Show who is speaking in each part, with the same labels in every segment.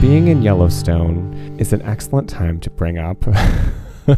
Speaker 1: Being in Yellowstone is an excellent time to bring up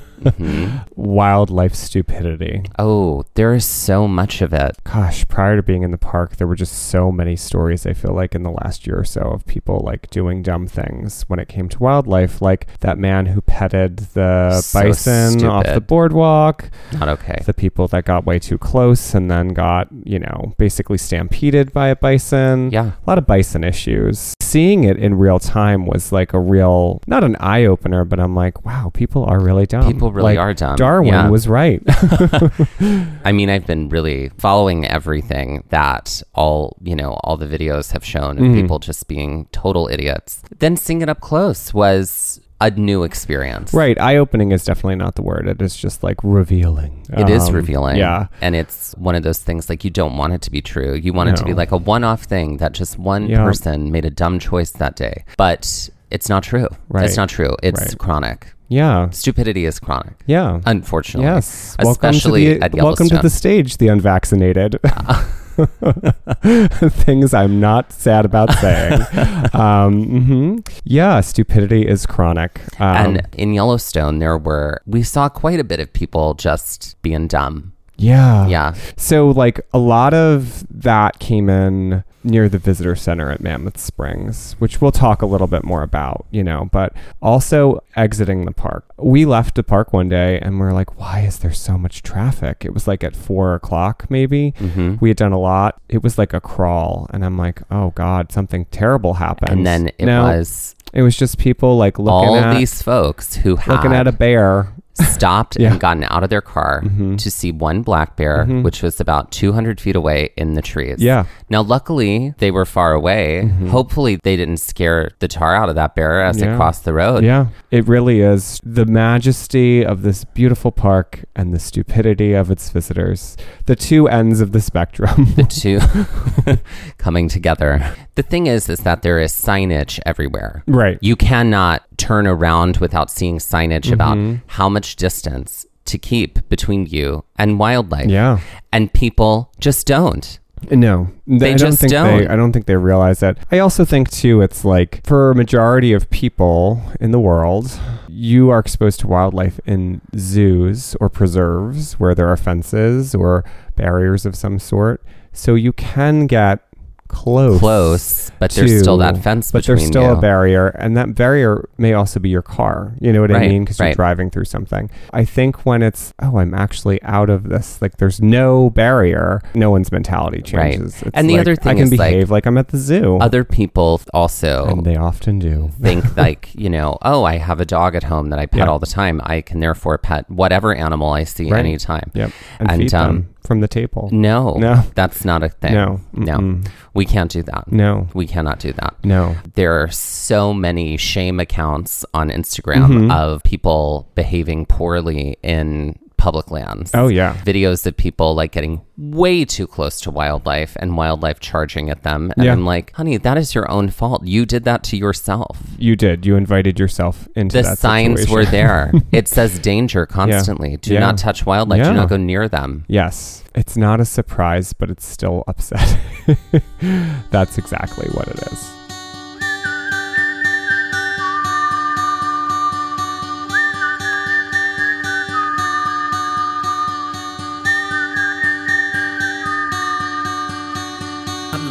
Speaker 1: wildlife stupidity.
Speaker 2: Oh, there is so much of it.
Speaker 1: Gosh, prior to being in the park, there were just so many stories, I feel like, in the last year or so of people like doing dumb things when it came to wildlife, like that man who petted the
Speaker 2: So
Speaker 1: bison off the
Speaker 2: stupid.
Speaker 1: boardwalk,
Speaker 2: Not okay.
Speaker 1: the people that got way too close and then got, you know, basically stampeded by a bison
Speaker 2: Yeah.
Speaker 1: a lot of bison issues. Seeing it in real time was like a real, not an eye opener, but I'm like, wow, people are really dumb.
Speaker 2: People
Speaker 1: Um,
Speaker 2: really
Speaker 1: Like,
Speaker 2: are dumb.
Speaker 1: Darwin
Speaker 2: Yeah.
Speaker 1: was right.
Speaker 2: I mean, I've been really following everything that all, you know, all the videos have shown of
Speaker 1: Mhm.
Speaker 2: people just being total idiots. Then seeing it up close was a new experience.
Speaker 1: right. Eye opening is definitely not the word. It is just like revealing.
Speaker 2: It is
Speaker 1: Um,
Speaker 2: revealing.
Speaker 1: Yeah.
Speaker 2: And it's one of those things like you don't want it to be true. You want it to be
Speaker 1: No.
Speaker 2: like a one off thing that just one
Speaker 1: Yeah.
Speaker 2: person made a dumb choice that day. But it's not true.
Speaker 1: Right.
Speaker 2: It's not true. It's
Speaker 1: Right.
Speaker 2: chronic.
Speaker 1: Yeah.
Speaker 2: Stupidity is chronic,
Speaker 1: Yeah.
Speaker 2: unfortunately.
Speaker 1: Yes.
Speaker 2: Especially
Speaker 1: welcome to
Speaker 2: at
Speaker 1: the, welcome to
Speaker 2: Yellowstone. Ah.
Speaker 1: the stage, the unvaccinated. Things I'm not sad about saying. um, hmm Yeah, stupidity is chronic. Um,
Speaker 2: and in Yellowstone, there were, we saw quite a bit of people just being dumb.
Speaker 1: yeah,
Speaker 2: Yeah.
Speaker 1: So, like, a lot of that came in near the visitor center at Mammoth Springs, which we'll talk a little bit more about, you know, but also exiting the park. We left the park one day and we are like, why is there so much traffic? It was like at four o'clock, maybe.
Speaker 2: hmm
Speaker 1: We had done a lot. It was like a crawl. And I'm like, oh God, something terrible happened.
Speaker 2: And then it
Speaker 1: No,
Speaker 2: was
Speaker 1: It was just people like looking,
Speaker 2: all
Speaker 1: at,
Speaker 2: these folks who had
Speaker 1: looking at a bear.
Speaker 2: stopped
Speaker 1: Yeah. Mm-hmm.
Speaker 2: and gotten out of their car to see one black bear, which was about 200 feet away in the trees.
Speaker 1: Yeah. Mm-hmm.
Speaker 2: Now, luckily, they were far away. Hopefully, they didn't scare the tar out of that bear as
Speaker 1: Yeah.
Speaker 2: it crossed the road.
Speaker 1: Yeah, it really is. The majesty of this beautiful park and the stupidity of its visitors, the two ends of the spectrum.
Speaker 2: The two coming together. The thing is, is that there is signage everywhere.
Speaker 1: right.
Speaker 2: You cannot turn around without seeing signage
Speaker 1: Mm-hmm.
Speaker 2: about how much distance to keep between you and wildlife.
Speaker 1: Yeah.
Speaker 2: And people just don't.
Speaker 1: No, Th-
Speaker 2: They
Speaker 1: I don't
Speaker 2: just
Speaker 1: think they.
Speaker 2: don't.
Speaker 1: I don't think they realize that. I also think too, it's like for a majority of people in the world, you are exposed to wildlife in zoos or preserves where there are fences or barriers of some sort, so you can get close.
Speaker 2: Close, but there's still
Speaker 1: to-
Speaker 2: that fence
Speaker 1: but
Speaker 2: between
Speaker 1: there's still
Speaker 2: you.
Speaker 1: a barrier and that barrier may also be your car you know what i
Speaker 2: Right,
Speaker 1: mean because you're
Speaker 2: right.
Speaker 1: driving through something i think when it's oh i'm actually out of this like there's no barrier no one's mentality
Speaker 2: Right.
Speaker 1: changes It's
Speaker 2: And the
Speaker 1: like,
Speaker 2: other
Speaker 1: i
Speaker 2: thing
Speaker 1: can
Speaker 2: is, like,
Speaker 1: behave like, i'm at the zoo
Speaker 2: Other people also
Speaker 1: and they often do
Speaker 2: think like you know oh i have a dog at home that i pet
Speaker 1: Yeah.
Speaker 2: all the time i can therefore pet whatever animal i see
Speaker 1: Right.
Speaker 2: anytime
Speaker 1: yep and,
Speaker 2: And,
Speaker 1: feed
Speaker 2: um,
Speaker 1: them from the table
Speaker 2: no
Speaker 1: No.
Speaker 2: that's not a thing
Speaker 1: no Mm-mm.
Speaker 2: we can't do that
Speaker 1: no
Speaker 2: we cannot do that
Speaker 1: no
Speaker 2: there are so many
Speaker 1: Mm-hmm.
Speaker 2: shame accounts on instagram of people behaving poorly in public lands.
Speaker 1: Oh, yeah.
Speaker 2: Videos of people like getting way too close to wildlife and wildlife charging at them. And
Speaker 1: Yeah.
Speaker 2: I'm like, honey, that is your own fault. You did that to yourself.
Speaker 1: You did. You invited yourself into
Speaker 2: The
Speaker 1: that
Speaker 2: signs
Speaker 1: situation.
Speaker 2: were there. it says danger constantly. Do
Speaker 1: Yeah.
Speaker 2: not touch wildlife.
Speaker 1: Yeah.
Speaker 2: Do not go near them.
Speaker 1: Yes. It's not a surprise, but it's still upsetting. That's exactly what it is.
Speaker 3: I'm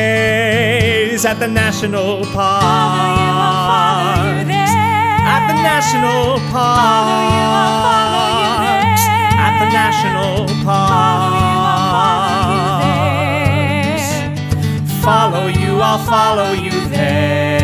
Speaker 3: at the national park. At the national park. At the national park. Follow you, I'll follow you there.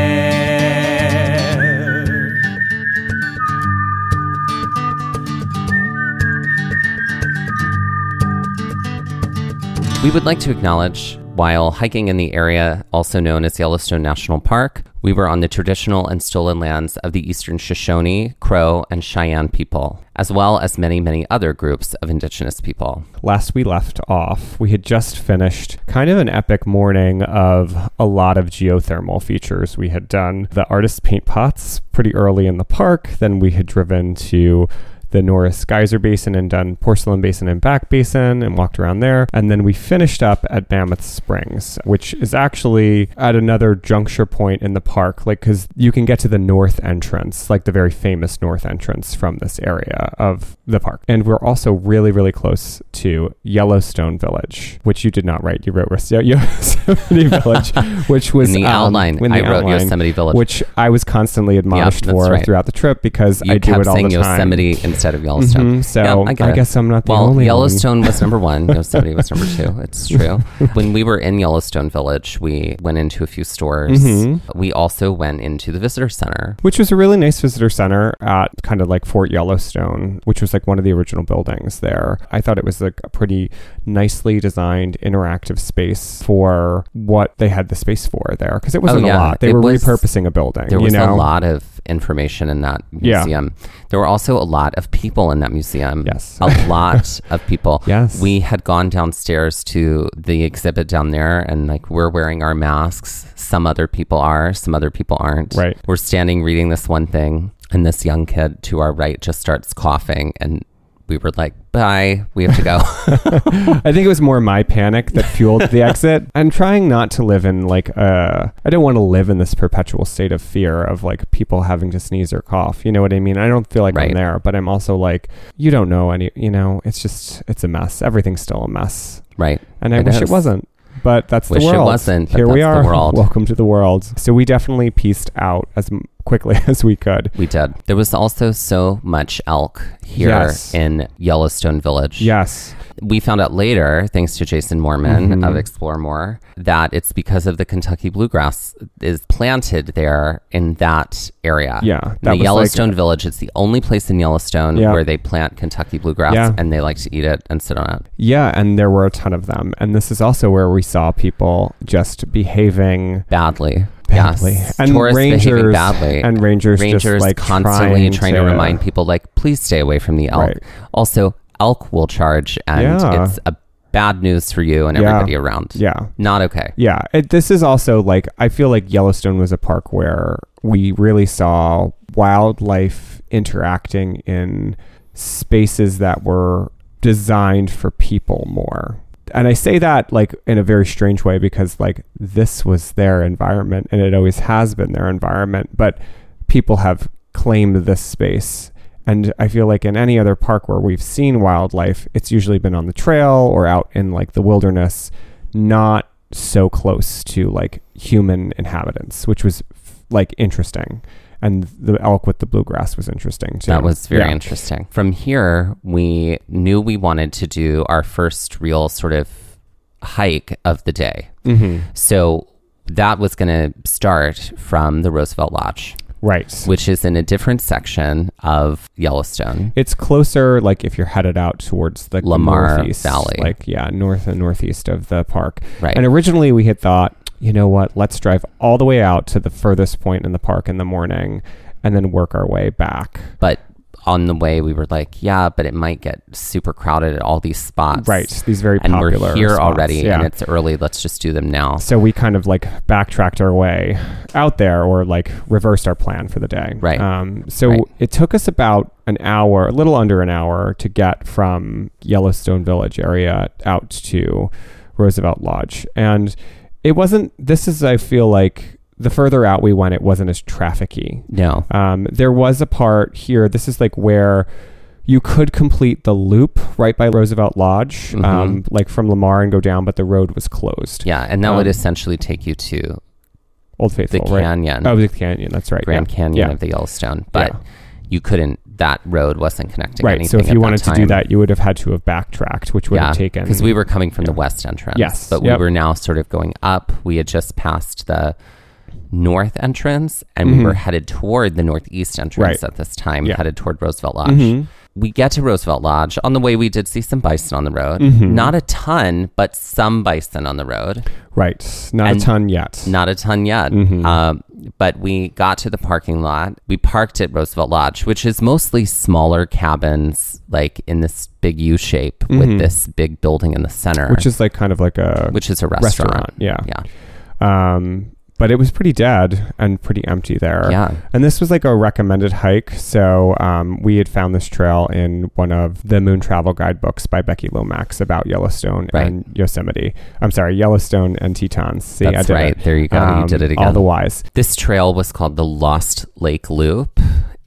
Speaker 2: We would like to acknowledge while hiking in the area, also known as Yellowstone National Park, we were on the traditional and stolen lands of the Eastern Shoshone, Crow, and Cheyenne people, as well as many, many other groups of indigenous people.
Speaker 1: last we left off, we had just finished kind of an epic morning of a lot of geothermal features. We had done the artist paint pots pretty early in the park, then we had driven to the Norris Geyser Basin and done Porcelain Basin and Back Basin and walked around there. And then we finished up at Mammoth Springs, which is actually at another juncture point in the park, like, because you can get to the north entrance, like the very famous north entrance from this area of the park. And we're also really, really close to Yellowstone Village, which you did not write. You wrote Res- Yo- Yosemite Village, which was
Speaker 2: In the
Speaker 1: um,
Speaker 2: outline,
Speaker 1: in the
Speaker 2: I wrote
Speaker 1: outline,
Speaker 2: Yosemite Village.
Speaker 1: Which I was constantly admonished
Speaker 2: that's
Speaker 1: for
Speaker 2: right.
Speaker 1: throughout the trip because
Speaker 2: you
Speaker 1: I do
Speaker 2: kept
Speaker 1: it all
Speaker 2: saying
Speaker 1: the time. Mm-hmm.
Speaker 2: Yosemite instead of Yellowstone.
Speaker 1: Mhm, so
Speaker 2: Yeah, get
Speaker 1: I
Speaker 2: it.
Speaker 1: guess I'm not the
Speaker 2: well,
Speaker 1: only
Speaker 2: Yellowstone was number one. Yosemite was number two. It's true. when we were in Yellowstone Village, we went into a few stores.
Speaker 1: Mhm.
Speaker 2: We also went into the visitor center.
Speaker 1: which was a really nice visitor center at kind of like Fort Yellowstone, which was like one of the original buildings there. I thought it was like a pretty nicely designed interactive space for what they had the space for there because it wasn't
Speaker 2: Oh, yeah.
Speaker 1: a lot. They
Speaker 2: It
Speaker 1: were
Speaker 2: was-
Speaker 1: repurposing a building.
Speaker 2: There was
Speaker 1: you know?
Speaker 2: a lot of information in that
Speaker 1: Yeah.
Speaker 2: museum. There were also a lot of people in that museum.
Speaker 1: Yes.
Speaker 2: A lot of people.
Speaker 1: Yes.
Speaker 2: We had gone downstairs to the exhibit down there and like we're wearing our masks. Some other people are, some other people aren't.
Speaker 1: Right.
Speaker 2: We're standing reading this one thing and this young kid to our right just starts coughing and we were like, bye, we have to go.
Speaker 1: I think it was more my panic that fueled the exit. I'm trying not to live in like uh I don't want to live in this perpetual state of fear of like people having to sneeze or cough. You know what I mean? I don't feel like
Speaker 2: Right.
Speaker 1: I'm there, but I'm also like you don't know any, you know, it's just it's a mess. Everything's still a mess.
Speaker 2: right.
Speaker 1: And I
Speaker 2: It
Speaker 1: wish
Speaker 2: is.
Speaker 1: it wasn't. But that's
Speaker 2: Wish
Speaker 1: the
Speaker 2: it
Speaker 1: world.
Speaker 2: wasn't, but
Speaker 1: Here we
Speaker 2: that's the
Speaker 1: are.
Speaker 2: world.
Speaker 1: Welcome to the world. So we definitely pieced out as m- quickly as we could.
Speaker 2: We did. There was also so much elk here
Speaker 1: Yes.
Speaker 2: in Yellowstone Village.
Speaker 1: Yes.
Speaker 2: We found out later, thanks to Jason Mormon
Speaker 1: Mhm.
Speaker 2: of Explore More, that it's because of the Kentucky bluegrass is planted there in that area.
Speaker 1: Yeah,
Speaker 2: In
Speaker 1: that
Speaker 2: Uh, the
Speaker 1: was like-
Speaker 2: Yellowstone Village. It's the only place in Yellowstone
Speaker 1: Yeah.
Speaker 2: where they plant Kentucky bluegrass
Speaker 1: Yeah.
Speaker 2: and they like to eat it and sit on it.
Speaker 1: Yeah, and there were a ton of them. And this is also where we saw people just behaving
Speaker 2: Badly.
Speaker 1: badly.
Speaker 2: Yes.
Speaker 1: And
Speaker 2: Tourists behaving
Speaker 1: rangers
Speaker 2: badly.
Speaker 1: and rangers,
Speaker 2: Rangers
Speaker 1: just like
Speaker 2: constantly trying, to, remind
Speaker 1: people.
Speaker 2: people like, please stay away from the elk.
Speaker 1: Right.
Speaker 2: Also, elk will charge and
Speaker 1: Yeah.
Speaker 2: it's a bad news for you and
Speaker 1: Yeah.
Speaker 2: everybody around.
Speaker 1: Yeah.
Speaker 2: Not okay.
Speaker 1: Yeah. It, this is also like, I feel like Yellowstone was a park where we really saw wildlife interacting in spaces that were designed for people more. And I say that like in a very strange way because like this was their environment and it always has been their environment, but people have claimed this space. And I feel like in any other park where we've seen wildlife, it's usually been on the trail or out in like the wilderness, not so close to like human inhabitants, which was f- like interesting. and the elk with the bluegrass was interesting too.
Speaker 2: That was very
Speaker 1: Yeah.
Speaker 2: interesting. From here, we knew we wanted to do our first real sort of hike of the day.
Speaker 1: Mm-hmm.
Speaker 2: So that was going to start from the Roosevelt Lodge,
Speaker 1: Right.
Speaker 2: which is in a different section of Yellowstone.
Speaker 1: It's closer, like if you're headed out towards the
Speaker 2: Lamar
Speaker 1: northeast,
Speaker 2: Valley.
Speaker 1: like yeah, north and northeast of the park.
Speaker 2: Right.
Speaker 1: And originally we had thought, you know what? Let's drive all the way out to the furthest point in the park in the morning, and then work our way back.
Speaker 2: But on the way, we were like, yeah, but it might get super crowded at all these spots.
Speaker 1: Right. These very
Speaker 2: And we're
Speaker 1: popular
Speaker 2: here
Speaker 1: spots,
Speaker 2: already
Speaker 1: yeah.
Speaker 2: and it's early. Let's just do them now.
Speaker 1: So we kind of like backtracked our way out there, or like reversed our plan for the day.
Speaker 2: Right.
Speaker 1: Um, so
Speaker 2: Right.
Speaker 1: it took us about an hour, a little under an hour, to get from Yellowstone Village area out to Roosevelt Lodge, and it wasn't. This is, I feel like, the further out we went, it wasn't as trafficy.
Speaker 2: No.
Speaker 1: Um, there was a part here. This is like where you could complete the loop right by Roosevelt Lodge,
Speaker 2: Mm-hmm.
Speaker 1: um, like from Lamar and go down, but the road was closed.
Speaker 2: Yeah. And that would
Speaker 1: Um,
Speaker 2: essentially take you to
Speaker 1: Old
Speaker 2: the
Speaker 1: Faithful, right?
Speaker 2: canyon.
Speaker 1: Oh, the canyon. That's right.
Speaker 2: Grand
Speaker 1: yeah.
Speaker 2: Canyon
Speaker 1: Yeah.
Speaker 2: of the Yellowstone, but
Speaker 1: Yeah.
Speaker 2: you couldn't. That road wasn't connecting.
Speaker 1: right. So
Speaker 2: Anything
Speaker 1: if you wanted to do that, you would have had to have backtracked, which would have taken
Speaker 2: because we were coming from the west entrance.
Speaker 1: Yes,
Speaker 2: but
Speaker 1: yep.
Speaker 2: we were now sort of going up. We had just passed the north entrance, and we were headed toward the northeast entrance
Speaker 1: Mm-hmm. Right.
Speaker 2: at this time,
Speaker 1: Yeah. Mm-hmm.
Speaker 2: headed toward Roosevelt Lodge. We get to Roosevelt Lodge. On the way, we did see some bison on the road.
Speaker 1: Mm-hmm.
Speaker 2: Not a ton, but some bison on the road.
Speaker 1: right. Not a
Speaker 2: and-
Speaker 1: ton yet.
Speaker 2: Not a ton yet.
Speaker 1: Mm-hmm.
Speaker 2: Um, but we got to the parking lot. We parked at Roosevelt Lodge, which is mostly smaller cabins, like in this big U shape with this big building in the center,
Speaker 1: Mm-hmm. which is like kind of like a
Speaker 2: which is a
Speaker 1: restaurant.
Speaker 2: restaurant.
Speaker 1: Yeah.
Speaker 2: Yeah.
Speaker 1: Um, but it was pretty dead and pretty empty there.
Speaker 2: Yeah.
Speaker 1: And this was like a recommended hike. So um, we had found this trail in one of the Moon Travel Guide books by Becky Lomax about Yellowstone
Speaker 2: Right.
Speaker 1: and Yosemite. I'm sorry, Yellowstone and Tetons. See, I
Speaker 2: That's
Speaker 1: did
Speaker 2: right.
Speaker 1: it. Um,
Speaker 2: There you go. You did it
Speaker 1: All
Speaker 2: again.
Speaker 1: the wise.
Speaker 2: This trail was called the Lost Lake Loop.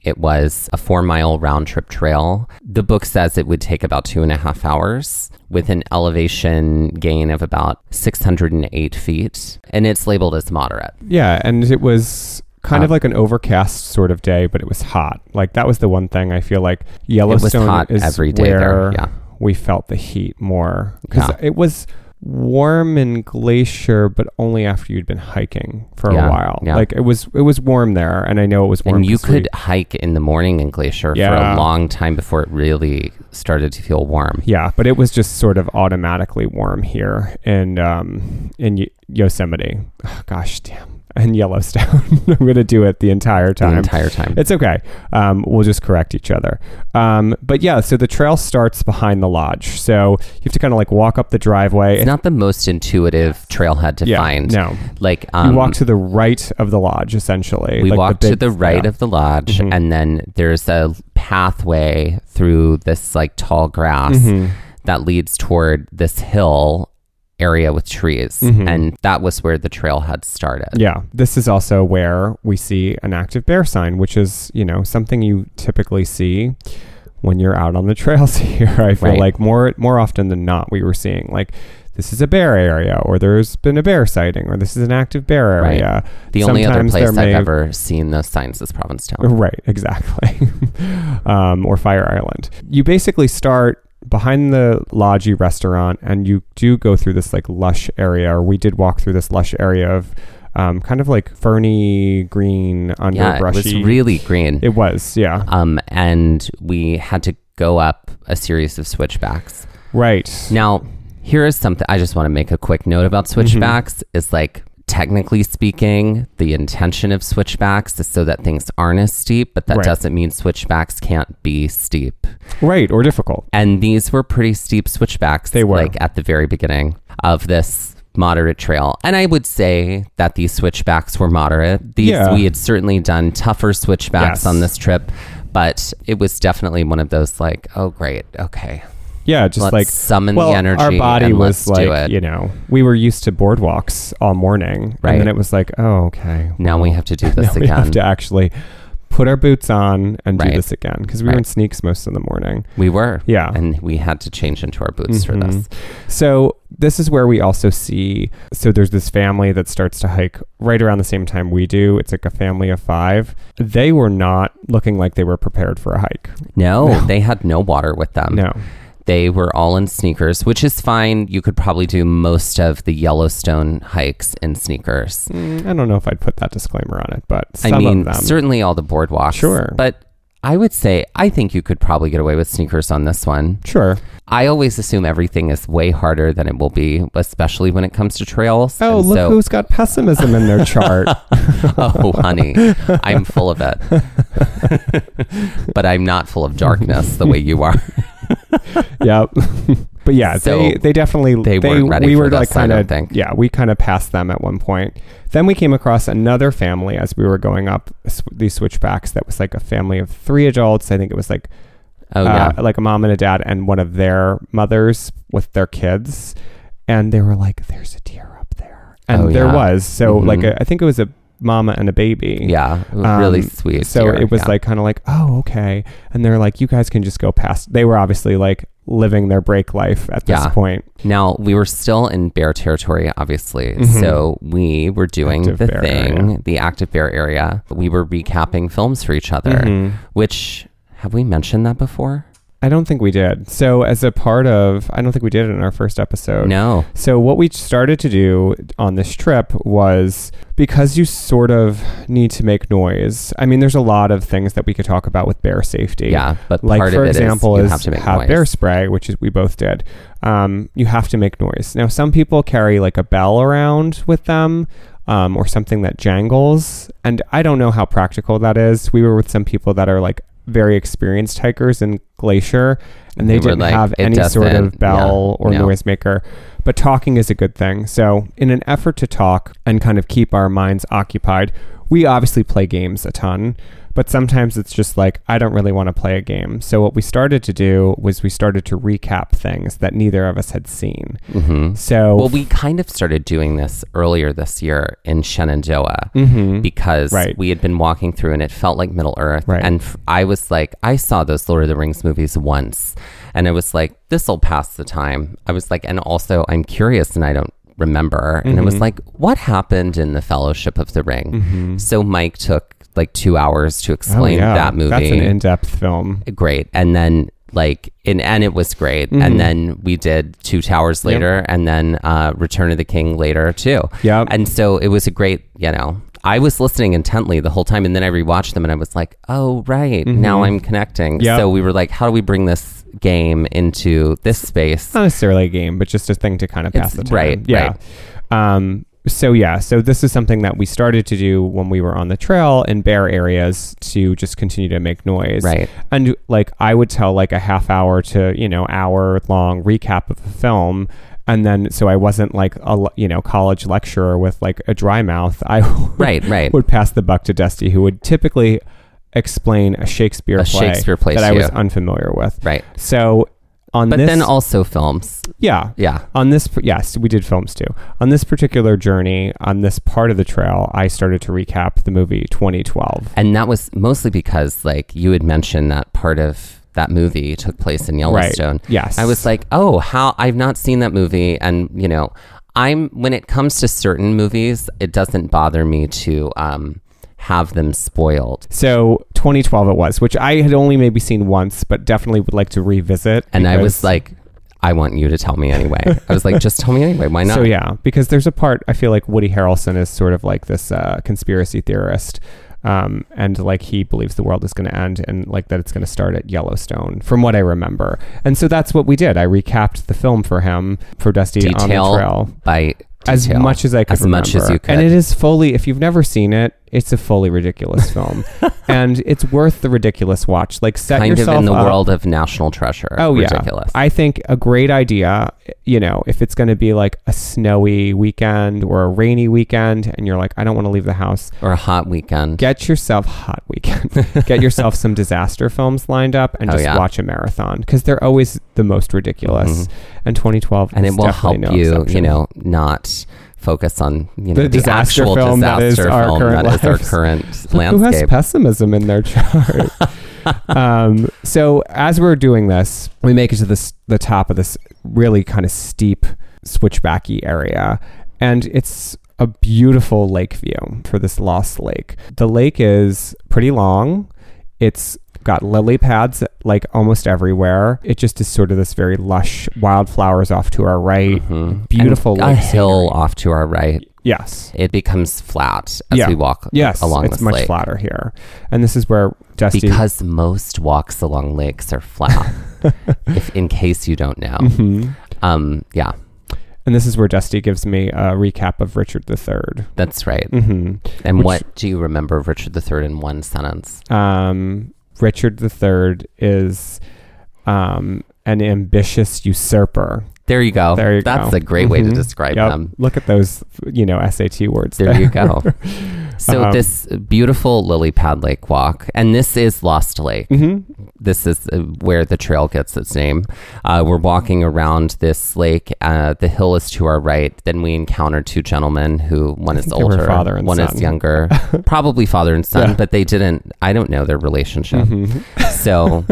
Speaker 2: It was a four mile round trip trail. The book says it would take about two and a half hours with an elevation gain of about 608 feet. And it's labeled as moderate.
Speaker 1: Yeah, and it was kind of
Speaker 2: Uh,
Speaker 1: like an overcast sort of day, but it was hot. Like that was the one thing I feel like Yellowstone
Speaker 2: hot
Speaker 1: is
Speaker 2: every day
Speaker 1: where
Speaker 2: there, yeah.
Speaker 1: we felt the heat more because
Speaker 2: Yeah.
Speaker 1: it was warm and glacier, but only after you'd been hiking for
Speaker 2: Yeah,
Speaker 1: a while.
Speaker 2: yeah.
Speaker 1: Like it was, it was warm there, and I know it was warm.
Speaker 2: And you
Speaker 1: 'cause we-
Speaker 2: could hike in the morning in Glacier for
Speaker 1: Yeah.
Speaker 2: a long time before it really started to feel warm.
Speaker 1: yeah, but it was just sort of automatically warm here in um, in y- Yosemite. gosh, damn, and Yellowstone. I'm gonna do it the entire
Speaker 2: The
Speaker 1: time.
Speaker 2: entire time.
Speaker 1: It's okay. Um, we'll just correct each other. Um, but yeah, so the trail starts behind the lodge. So you have to kind of like walk up the driveway.
Speaker 2: It's not the most intuitive trailhead to
Speaker 1: yeah,
Speaker 2: find.
Speaker 1: No.
Speaker 2: Like um,
Speaker 1: you walk to the right of the lodge, essentially.
Speaker 2: we
Speaker 1: like
Speaker 2: walked to
Speaker 1: big-
Speaker 2: the right
Speaker 1: yeah. Mm-hmm.
Speaker 2: of the lodge and then there's a pathway through this like tall grass
Speaker 1: Mm-hmm.
Speaker 2: that leads toward this hill area with trees and that was where the trailhead started.
Speaker 1: Mm-hmm. Yeah. This is also where we see an active bear sign, which is, you know, something you typically see when you're out on the trails here. I feel
Speaker 2: Right.
Speaker 1: like more more often than not we were seeing like this is a bear area or there's been a bear sighting or this is an active bear
Speaker 2: Right.
Speaker 1: area.
Speaker 2: The only other
Speaker 1: Sometimes
Speaker 2: place
Speaker 1: there
Speaker 2: I've
Speaker 1: may-
Speaker 2: ever seen those signs is Provincetown.
Speaker 1: Right, exactly. um, or Fire Island. You basically start behind the Lodgy restaurant and you do go through this like lush area, or we did walk through this lush area of um, kind of like ferny green
Speaker 2: Yeah, it
Speaker 1: underbrushy.
Speaker 2: was really green.
Speaker 1: It was, yeah.
Speaker 2: um, and we had to go up a series of switchbacks.
Speaker 1: Right.
Speaker 2: Now, here is something I just want to make a quick note about
Speaker 1: Mm-hmm.
Speaker 2: switchbacks is like technically speaking, the intention of switchbacks is so that things aren't as steep, but that
Speaker 1: Right.
Speaker 2: doesn't mean switchbacks can't be steep.
Speaker 1: Right, or difficult.
Speaker 2: And these were pretty steep switchbacks.
Speaker 1: They were.
Speaker 2: like at the very beginning of this moderate trail. And I would say that these switchbacks were moderate. These
Speaker 1: Yeah.
Speaker 2: we had certainly done tougher switchbacks
Speaker 1: Yes.
Speaker 2: on this trip, but it was definitely one of those like, oh great, okay.
Speaker 1: Yeah, just
Speaker 2: Let's
Speaker 1: like
Speaker 2: summon the
Speaker 1: well,
Speaker 2: energy
Speaker 1: Our body
Speaker 2: and
Speaker 1: was
Speaker 2: let's
Speaker 1: like,
Speaker 2: do it.
Speaker 1: you know, we were used to boardwalks all morning,
Speaker 2: Right.
Speaker 1: and then it was like, oh, okay,
Speaker 2: Now we have to do this
Speaker 1: now we
Speaker 2: again.
Speaker 1: have to actually put our boots on and
Speaker 2: Right.
Speaker 1: do this again because we were
Speaker 2: Right.
Speaker 1: in sneaks most of the morning.
Speaker 2: We were.
Speaker 1: Yeah. Mm-hmm.
Speaker 2: And we had to change into our boots for this.
Speaker 1: So this is where we also see. So there's this family that starts to hike right around the same time we do. It's like a family of five. They were not looking like they were prepared for a hike.
Speaker 2: No, they had no water with them.
Speaker 1: No.
Speaker 2: They were all in sneakers, which is fine. You could probably do most of the Yellowstone hikes in sneakers.
Speaker 1: Mm, I don't know if I'd put that disclaimer on it, but some
Speaker 2: I mean,
Speaker 1: of them.
Speaker 2: certainly all the boardwalks.
Speaker 1: Sure.
Speaker 2: But I would say, I think you could probably get away with sneakers on this one.
Speaker 1: sure.
Speaker 2: I always assume everything is way harder than it will be, especially when it comes to trails.
Speaker 1: Oh,
Speaker 2: And
Speaker 1: look
Speaker 2: so-
Speaker 1: who's got pessimism in their chart.
Speaker 2: oh, honey, I'm full of it. but I'm not full of darkness the way you are.
Speaker 1: yep. but yeah,
Speaker 2: So,
Speaker 1: they they definitely
Speaker 2: they weren't ready
Speaker 1: we
Speaker 2: for
Speaker 1: were
Speaker 2: this,
Speaker 1: like
Speaker 2: I
Speaker 1: kind
Speaker 2: don't think.
Speaker 1: of yeah we kind of passed them at one point. Then we came across another family as we were going up s- these switchbacks that was like a family of three adults. I think it was like
Speaker 2: Oh,
Speaker 1: uh,
Speaker 2: yeah.
Speaker 1: like a mom and a dad and one of their mothers with their kids, and they were like, "There's a deer up there," and
Speaker 2: Oh,
Speaker 1: there
Speaker 2: yeah.
Speaker 1: was. So
Speaker 2: Mhm.
Speaker 1: like a, I think it was a mama and a baby.
Speaker 2: Yeah.
Speaker 1: Um,
Speaker 2: really sweet.
Speaker 1: So
Speaker 2: dear,
Speaker 1: it was
Speaker 2: yeah.
Speaker 1: like kind of like, oh, okay. And they're like, you guys can just go past. They were obviously like living their break life at this
Speaker 2: Yeah.
Speaker 1: point.
Speaker 2: Now, we were still in bear territory, obviously.
Speaker 1: Mhm.
Speaker 2: So we were doing
Speaker 1: Active
Speaker 2: the
Speaker 1: bear
Speaker 2: thing,
Speaker 1: area.
Speaker 2: the active bear area. We were recapping films for each other,
Speaker 1: Mhm.
Speaker 2: which have we mentioned that before?
Speaker 1: I don't think we did. So as a part of, I don't think we did it in our first episode.
Speaker 2: No.
Speaker 1: So what we started to do on this trip was because you sort of need to make noise. I mean, there's a lot of things that we could talk about with bear safety.
Speaker 2: Yeah. But
Speaker 1: like
Speaker 2: part
Speaker 1: for
Speaker 2: of it is
Speaker 1: example
Speaker 2: you
Speaker 1: is
Speaker 2: have to make noise.
Speaker 1: bear spray which is we both did um, you have to make noise now some people carry like a bell around with them um, or something that jangles and i don't know how practical that is we were with some people that are like very experienced hikers in glacier and they,
Speaker 2: They were
Speaker 1: didn't
Speaker 2: like,
Speaker 1: have
Speaker 2: "It
Speaker 1: any sort
Speaker 2: doesn't-
Speaker 1: of bell
Speaker 2: yeah,
Speaker 1: or
Speaker 2: no."
Speaker 1: noisemaker but talking is a good thing so in an effort to talk and kind of keep our minds occupied we obviously play games a ton but sometimes it's just like i don't really want to play a game so what we started to do was we started to recap things that neither of us had seen
Speaker 2: Mhm.
Speaker 1: so
Speaker 2: Well, we kind of started doing this earlier this year in Shenandoah
Speaker 1: Mhm.
Speaker 2: because
Speaker 1: Right.
Speaker 2: we had been walking through and it felt like Middle Earth.
Speaker 1: Right.
Speaker 2: And f- I was like, I saw those Lord of the Rings movies once and I was like, this'll pass the time. I was like, and also I'm curious and I don't remember. And it
Speaker 1: Mm-hmm.
Speaker 2: was like, what happened in the Fellowship of the Ring? So Mike took like two hours to
Speaker 1: Oh,
Speaker 2: explain
Speaker 1: yeah.
Speaker 2: that movie
Speaker 1: that's an in-depth film
Speaker 2: great and then like in and it was great
Speaker 1: Mm-hmm.
Speaker 2: and then we did two towers later and then uh return of the king later too
Speaker 1: Yep.
Speaker 2: and so it was a great you know i was listening intently the whole time and then i rewatched them and i was like oh right now i'm connecting
Speaker 1: Mm-hmm. Yep.
Speaker 2: so we were like how do we bring this game into this space
Speaker 1: not necessarily a game, but just a thing to kind of pass
Speaker 2: It's-
Speaker 1: the time.
Speaker 2: right,
Speaker 1: Yeah. Um, so yeah, so this is something that we started to do when we were on the trail in bear areas to just continue to make noise.
Speaker 2: Right.
Speaker 1: And like I would tell like a half hour to, you know, hour long recap of the film. And then so I wasn't like a l- you know college lecturer with like a dry mouth. I would-
Speaker 2: Right, right.
Speaker 1: would pass the buck to Dusty who would typically explain a Shakespeare
Speaker 2: A
Speaker 1: play
Speaker 2: Shakespeare play
Speaker 1: that I
Speaker 2: to
Speaker 1: was
Speaker 2: you.
Speaker 1: unfamiliar with.
Speaker 2: right
Speaker 1: So on
Speaker 2: but
Speaker 1: this
Speaker 2: then also films
Speaker 1: yeah.
Speaker 2: yeah
Speaker 1: On this, yes, we did films too. On this particular journey, on this part of the trail, I started to recap the movie 2012.
Speaker 2: and that was mostly because like you had mentioned that part of that movie took place in Yellowstone.
Speaker 1: Yes.
Speaker 2: I was like, oh, how I've not seen that movie, and you know, I'm when it comes to certain movies, it doesn't bother me to um, have them spoiled.
Speaker 1: So 2012 it was, which I had only maybe seen once, but definitely would like to revisit.
Speaker 2: And I was
Speaker 1: because-
Speaker 2: like, I want you to tell me anyway. I was like, just tell me anyway. Why not?
Speaker 1: so yeah, because there's a part I feel like Woody Harrelson is sort of like this uh, conspiracy theorist. Um, and like he believes the world is going to end and like that it's going to start at Yellowstone, from what I remember. And so that's what we did. I recapped the film for him, for Dusty on
Speaker 2: Detail
Speaker 1: the trail.
Speaker 2: by
Speaker 1: as
Speaker 2: detail.
Speaker 1: much as I could.
Speaker 2: As much as
Speaker 1: remember.
Speaker 2: you could.
Speaker 1: And it is fully, if you've never seen it, it's a fully ridiculous film, and it's worth the ridiculous watch. Like set
Speaker 2: kind of
Speaker 1: yourself
Speaker 2: in the
Speaker 1: up-
Speaker 2: world of National Treasure.
Speaker 1: Oh
Speaker 2: ridiculous.
Speaker 1: yeah, I think a great idea. You know, if it's going to be like a snowy weekend or a rainy weekend, and you're like, I don't want to leave the house.
Speaker 2: or a hot weekend.
Speaker 1: Get yourself hot weekend. Get yourself some disaster films lined up and
Speaker 2: Oh,
Speaker 1: just
Speaker 2: yeah. Mm-hmm.
Speaker 1: watch a marathon because they're always the most ridiculous. And 2012
Speaker 2: and it
Speaker 1: is
Speaker 2: will help
Speaker 1: definitely no
Speaker 2: you, you
Speaker 1: exception.
Speaker 2: know, not focus on you know
Speaker 1: The
Speaker 2: the,
Speaker 1: disaster
Speaker 2: actual
Speaker 1: film that
Speaker 2: disaster
Speaker 1: is our
Speaker 2: film
Speaker 1: current
Speaker 2: that is our
Speaker 1: lives.
Speaker 2: current
Speaker 1: Who has
Speaker 2: landscape.
Speaker 1: pessimism in their chart? um, so as we're doing this, we make it to this the top of this really kind of steep switchbacky area, and it's a beautiful lake view for this lost lake. The lake is pretty long. It's got lily pads like almost everywhere. It just is sort of this very lush wildflowers off to our right.
Speaker 2: Mhm.
Speaker 1: Beautiful
Speaker 2: And a
Speaker 1: lake
Speaker 2: hill
Speaker 1: scenery.
Speaker 2: off to our right.
Speaker 1: Yes.
Speaker 2: It becomes flat as
Speaker 1: Yeah.
Speaker 2: we walk
Speaker 1: Yes,
Speaker 2: along
Speaker 1: it's
Speaker 2: this
Speaker 1: much
Speaker 2: lake.
Speaker 1: flatter here, and this is where Dusty.
Speaker 2: Because most walks along lakes are flat. if in case you don't know.
Speaker 1: Mhm.
Speaker 2: Um yeah,
Speaker 1: and this is where Dusty gives me a recap of Richard III.
Speaker 2: that's right.
Speaker 1: Mm-hmm.
Speaker 2: And
Speaker 1: Which-
Speaker 2: what do you remember of Richard III in one sentence?
Speaker 1: Um, Richard III is um, an ambitious usurper.
Speaker 2: There you go.
Speaker 1: There you
Speaker 2: Oh, That's
Speaker 1: go.
Speaker 2: a great way to
Speaker 1: Mhm.
Speaker 2: describe
Speaker 1: Yep.
Speaker 2: them.
Speaker 1: Look at those, you know, SAT words.
Speaker 2: There you go. So
Speaker 1: Um,
Speaker 2: this beautiful lily pad lake walk, and this is Lost Lake.
Speaker 1: Mm-hmm.
Speaker 2: This is uh, where the trail gets its name. Uh, we're walking around this lake. Uh, the hill is to our right. Then we encounter two gentlemen who one is
Speaker 1: think they were
Speaker 2: older,
Speaker 1: father and
Speaker 2: one
Speaker 1: son.
Speaker 2: is younger, probably father and son,
Speaker 1: Yeah.
Speaker 2: but they didn't. I don't know their relationship,
Speaker 1: Mm-hmm.
Speaker 2: so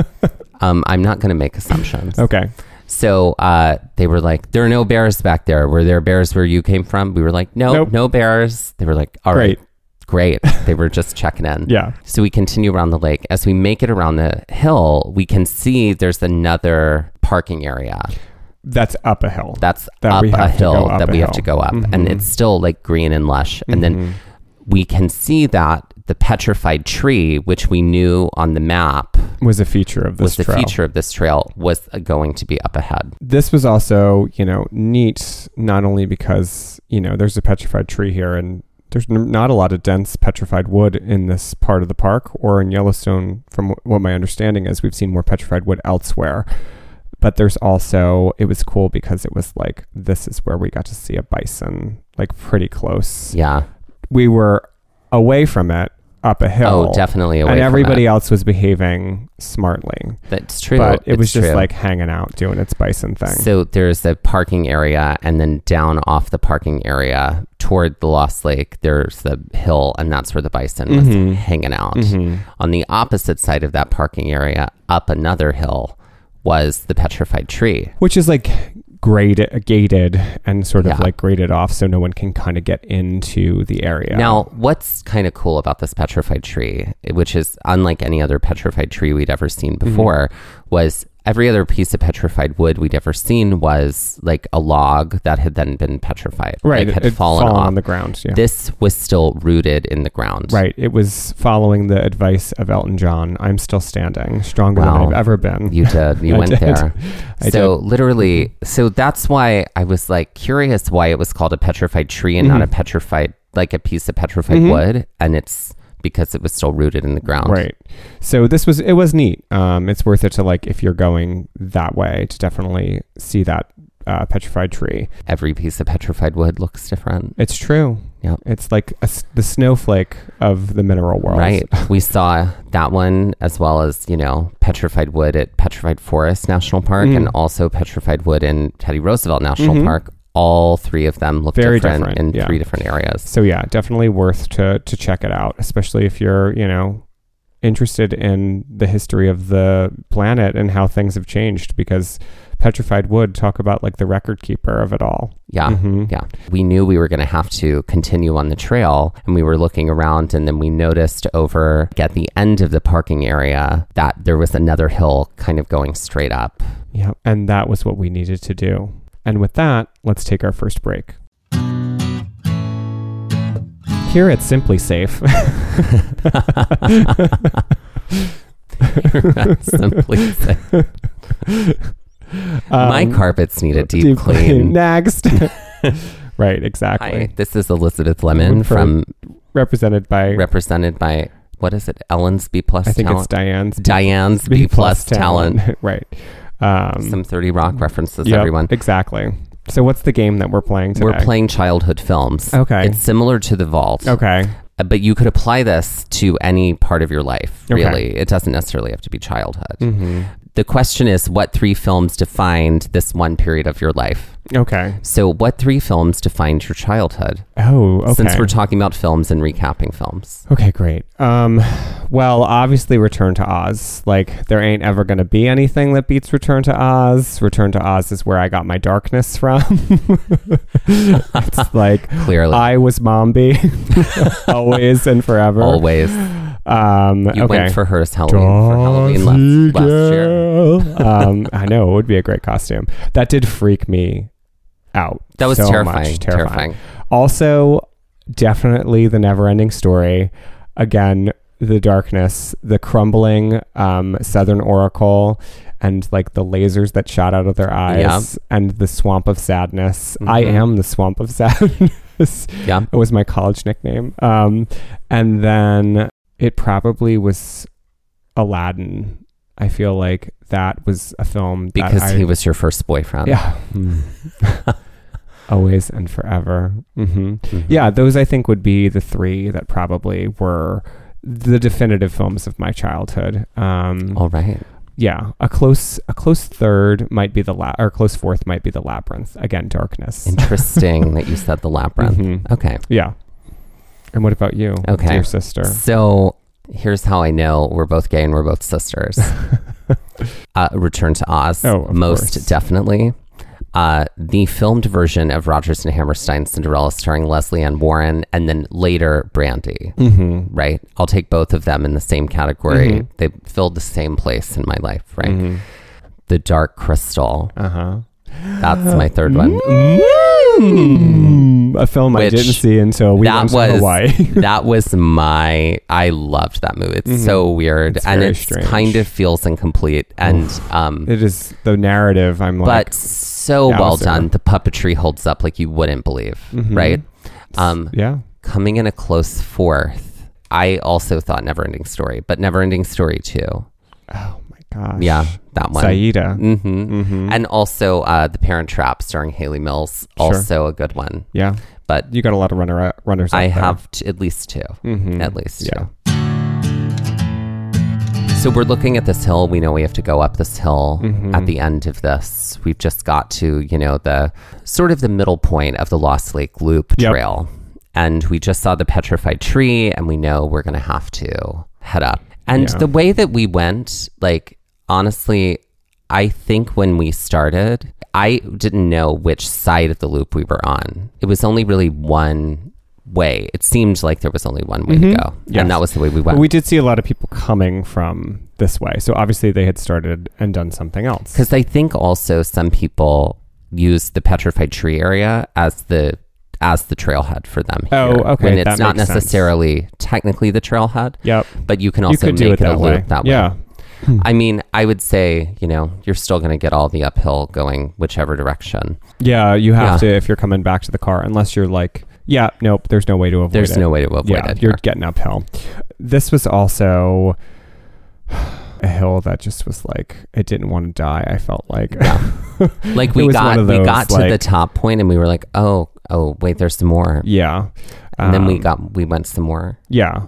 Speaker 2: um, I'm not going to make assumptions.
Speaker 1: Okay.
Speaker 2: So uh, they were like, "There are no bears back there. Were there bears where you came from?" We were like, "No,
Speaker 1: Nope.
Speaker 2: no bears." They were like, "All right,
Speaker 1: Great.
Speaker 2: great." They were just checking in.
Speaker 1: Yeah.
Speaker 2: So we continue around the lake. As we make it around the hill, we can see there's another parking area
Speaker 1: That's up a hill.
Speaker 2: that's
Speaker 1: That
Speaker 2: up
Speaker 1: we
Speaker 2: a
Speaker 1: have to go
Speaker 2: hill
Speaker 1: up
Speaker 2: that
Speaker 1: a
Speaker 2: we have
Speaker 1: hill. Mm-hmm.
Speaker 2: to go up, and it's still like green and lush. And then we can see that the petrified tree, which we knew on the map
Speaker 1: was a feature of
Speaker 2: was
Speaker 1: this
Speaker 2: the
Speaker 1: trail.
Speaker 2: feature of this trail, was uh, going to be up ahead.
Speaker 1: this was also you know neat not only because you know there's a petrified tree here and there's n- not a lot of dense petrified wood in this part of the park or in Yellowstone from wh- what my understanding is we've seen more petrified wood elsewhere but there's also it was cool because it was like this is where we got to see a bison like pretty close
Speaker 2: Yeah.
Speaker 1: we were away from it up a hill
Speaker 2: Oh, definitely away.
Speaker 1: and
Speaker 2: from
Speaker 1: everybody
Speaker 2: it.
Speaker 1: else was behaving smartly
Speaker 2: That's true.
Speaker 1: but it
Speaker 2: It's
Speaker 1: was just
Speaker 2: true.
Speaker 1: like hanging out doing its bison thing
Speaker 2: So there's a parking area, and then down off the parking area toward the Lost Lake, there's the hill, and that's where the bison was
Speaker 1: Mhm.
Speaker 2: hanging out.
Speaker 1: Mhm.
Speaker 2: On the opposite side of that parking area, up another hill, was the petrified tree.
Speaker 1: which is like graded, gated, and sort of
Speaker 2: Yeah.
Speaker 1: like graded off, so no one can kind of get into the area.
Speaker 2: Now, what's kind of cool about this petrified tree, which is unlike any other petrified tree we'd ever seen
Speaker 1: Mm-hmm.
Speaker 2: before, was every other piece of petrified wood we'd ever seen was like a log that had then been petrified,
Speaker 1: right,
Speaker 2: Like,
Speaker 1: it
Speaker 2: had
Speaker 1: it'd
Speaker 2: fallen,
Speaker 1: fallen
Speaker 2: off.
Speaker 1: on the ground. Yeah,
Speaker 2: This was still rooted in the ground.
Speaker 1: right. It was following the advice of Elton John. I'm still standing, stronger
Speaker 2: Wow.
Speaker 1: than I've ever been.
Speaker 2: You did. You
Speaker 1: I
Speaker 2: went
Speaker 1: did.
Speaker 2: there.
Speaker 1: I Mm-hmm.
Speaker 2: so literally, so that's why I was like curious why it was called a petrified tree and
Speaker 1: Mm-hmm.
Speaker 2: not a petrified like a piece of petrified wood, and it's because it was still rooted in the ground.
Speaker 1: Right. So this was it was neat. Um, it's worth it to like if you're going that way to definitely see that uh, petrified tree.
Speaker 2: Every piece of petrified wood looks different.
Speaker 1: It's true.
Speaker 2: Yeah.
Speaker 1: It's like a s the snowflake of the mineral world.
Speaker 2: Right. We saw that one as well as, you know, petrified wood at Petrified Forest National Park
Speaker 1: Mm.
Speaker 2: and also petrified wood in Teddy Roosevelt National
Speaker 1: Mhm.
Speaker 2: Park. All three of them look
Speaker 1: Very
Speaker 2: different,
Speaker 1: different,
Speaker 2: in
Speaker 1: yeah.
Speaker 2: three different areas.
Speaker 1: So yeah, definitely worth to to check it out, especially if you're, you know, interested in the history of the planet and how things have changed because petrified wood talk about like the record keeper of it all.
Speaker 2: Yeah.
Speaker 1: Mhm.
Speaker 2: Ah, Yeah. We knew we were going to have to continue on the trail and we were looking around and then we noticed over at the end of the parking area that there was another hill kind of going straight up.
Speaker 1: Yeah, and that was what we needed to do. And with that, let's take our first break. Here at Simply Safe. Um,
Speaker 2: Simply said, my
Speaker 1: Um,
Speaker 2: carpets need a deep,
Speaker 1: deep
Speaker 2: clean.
Speaker 1: Next. right, exactly.
Speaker 2: Hi, this is Elizabeth Lemon
Speaker 1: For-
Speaker 2: from
Speaker 1: Represented by
Speaker 2: represented by what is it? Ellen's B plus
Speaker 1: I think it's
Speaker 2: talent.
Speaker 1: Diane's
Speaker 2: Diane's B plus talent.
Speaker 1: right. Um,
Speaker 2: Some Thirty Rock references.
Speaker 1: yep,
Speaker 2: everyone.
Speaker 1: Exactly. So what's the game that we're playing today?
Speaker 2: We're playing childhood films.
Speaker 1: Okay.
Speaker 2: It's similar to the vault.
Speaker 1: Okay.
Speaker 2: Uh, but you could apply this to any part of your life
Speaker 1: Okay.
Speaker 2: really it doesn't necessarily have to be childhood
Speaker 1: hmm
Speaker 2: The question is what three films defined this one period of your life?
Speaker 1: Okay.
Speaker 2: So, what three films defined your childhood?
Speaker 1: Oh, okay.
Speaker 2: Since we're talking about films and recapping films.
Speaker 1: Okay, great. Um, well, obviously, Return to Oz. Like, there ain't ever going to be anything that beats Return to Oz. Return to Oz is where I got my darkness from. it's like
Speaker 2: Clearly.
Speaker 1: I was Mombi, always and forever.
Speaker 2: Always.
Speaker 1: Um,
Speaker 2: You
Speaker 1: okay.
Speaker 2: went for hers Halloween for Halloween
Speaker 1: Darcy
Speaker 2: last, last year.
Speaker 1: girl. um, I know it would be a great costume. That did freak me out.
Speaker 2: That was
Speaker 1: so much.
Speaker 2: terrifying, terrifying.
Speaker 1: Also, definitely the never-ending story. Again, the darkness, the crumbling um, Southern Oracle, and like the lasers that shot out of their eyes, and the swamp of sadness. I
Speaker 2: Mhm.
Speaker 1: am the swamp of sadness.
Speaker 2: Yeah.
Speaker 1: It was my college nickname. Um, and then it probably was Aladdin. I feel like that was a film that
Speaker 2: Because
Speaker 1: I-
Speaker 2: he was your first boyfriend.
Speaker 1: yeah, always and forever. hmm
Speaker 2: Mhm.
Speaker 1: Yeah, those I think would be the three that probably were the definitive films of my childhood. Um,
Speaker 2: All right.
Speaker 1: Yeah, a close a close third might be the la- or close fourth might be the labyrinth. Again, darkness.
Speaker 2: Interesting that you said the labyrinth.
Speaker 1: Mhm.
Speaker 2: Okay.
Speaker 1: Yeah. And what about you?
Speaker 2: Okay.
Speaker 1: Dear sister.
Speaker 2: So here's how I know we're both gay and we're both sisters. uh, Return to Oz,
Speaker 1: Oh, of
Speaker 2: most
Speaker 1: course.
Speaker 2: definitely. Uh, the filmed version of Rogers and Hammerstein's Cinderella, starring Leslie Ann Warren, and then later Brandy.
Speaker 1: Mm-hmm.
Speaker 2: Right, I'll take both of them in the same category.
Speaker 1: Mhm.
Speaker 2: They filled the same place in my life. Right,
Speaker 1: Mhm.
Speaker 2: The Dark Crystal.
Speaker 1: Uh huh.
Speaker 2: That's my third one.
Speaker 1: Mm-hmm. A film I
Speaker 2: Which-
Speaker 1: didn't see until we
Speaker 2: that
Speaker 1: went to
Speaker 2: was
Speaker 1: Hawaii.
Speaker 2: that was my I loved that movie. It's so weird
Speaker 1: Mm-hmm. It's
Speaker 2: and
Speaker 1: very
Speaker 2: it
Speaker 1: strange.
Speaker 2: kind of feels incomplete and um
Speaker 1: it is the narrative. I'm
Speaker 2: but
Speaker 1: like,
Speaker 2: so well
Speaker 1: Yowzer.
Speaker 2: done. The puppetry holds up like you wouldn't believe,
Speaker 1: Mhm.
Speaker 2: right? Um
Speaker 1: yeah.
Speaker 2: coming in a close fourth. I also thought Neverending Story, but Neverending Story too.
Speaker 1: Oh my gosh.
Speaker 2: Yeah, that one.
Speaker 1: Saida.
Speaker 2: Mm-hmm.
Speaker 1: Mm-hmm.
Speaker 2: And also uh, The Parent Trap starring Haley Mills,
Speaker 1: Sure.
Speaker 2: also a good one.
Speaker 1: Yeah.
Speaker 2: But
Speaker 1: You got a lot of runner uh, runners.
Speaker 2: I have t- at least 2
Speaker 1: Mhm.
Speaker 2: At least
Speaker 1: Yeah.
Speaker 2: two. So we're looking at this hill. We know we have to go up this hill
Speaker 1: Mm-hmm.
Speaker 2: at the end of this. We've just got to, you know, the sort of the middle point of the Lost Lake Loop
Speaker 1: Yep.
Speaker 2: trail. And we just saw the petrified tree, and we know we're going to have to head up. And
Speaker 1: Yeah.
Speaker 2: the way that we went, like, honestly, I think when we started, I didn't know which side of the loop we were on. It was only really one way. It seemed like there was only one way to go.
Speaker 1: Mm-hmm. Yes.
Speaker 2: And that was the way we went.
Speaker 1: But we did see a lot of people coming from this way. So obviously they had started and done something else.
Speaker 2: Because I think also some people use the petrified tree area as the as the trailhead for them.
Speaker 1: Oh,
Speaker 2: here,
Speaker 1: okay,
Speaker 2: When it's
Speaker 1: that
Speaker 2: not
Speaker 1: makes sense.
Speaker 2: necessarily technically the trailhead,
Speaker 1: Yep.
Speaker 2: but you can
Speaker 1: You
Speaker 2: also
Speaker 1: could
Speaker 2: make
Speaker 1: do it
Speaker 2: a
Speaker 1: that
Speaker 2: loop
Speaker 1: way.
Speaker 2: that way.
Speaker 1: Yeah. Hmm.
Speaker 2: I mean, I would say you know you're still going to get all the uphill going whichever direction.
Speaker 1: Yeah. You have
Speaker 2: Yeah.
Speaker 1: to, if you're coming back to the car, unless you're like, yeah, nope, there's no way to avoid
Speaker 2: There's
Speaker 1: it.
Speaker 2: no way to avoid
Speaker 1: yeah,
Speaker 2: it.
Speaker 1: you're
Speaker 2: here.
Speaker 1: getting uphill. This was also a hill that just was like it didn't want to die. I felt like
Speaker 2: like
Speaker 1: It
Speaker 2: we
Speaker 1: was one
Speaker 2: got
Speaker 1: of
Speaker 2: we
Speaker 1: those,
Speaker 2: got to the
Speaker 1: like-
Speaker 2: top point and we were like, oh oh wait, there's some more.
Speaker 1: yeah,
Speaker 2: And then we
Speaker 1: Um,
Speaker 2: got we went some more.
Speaker 1: yeah,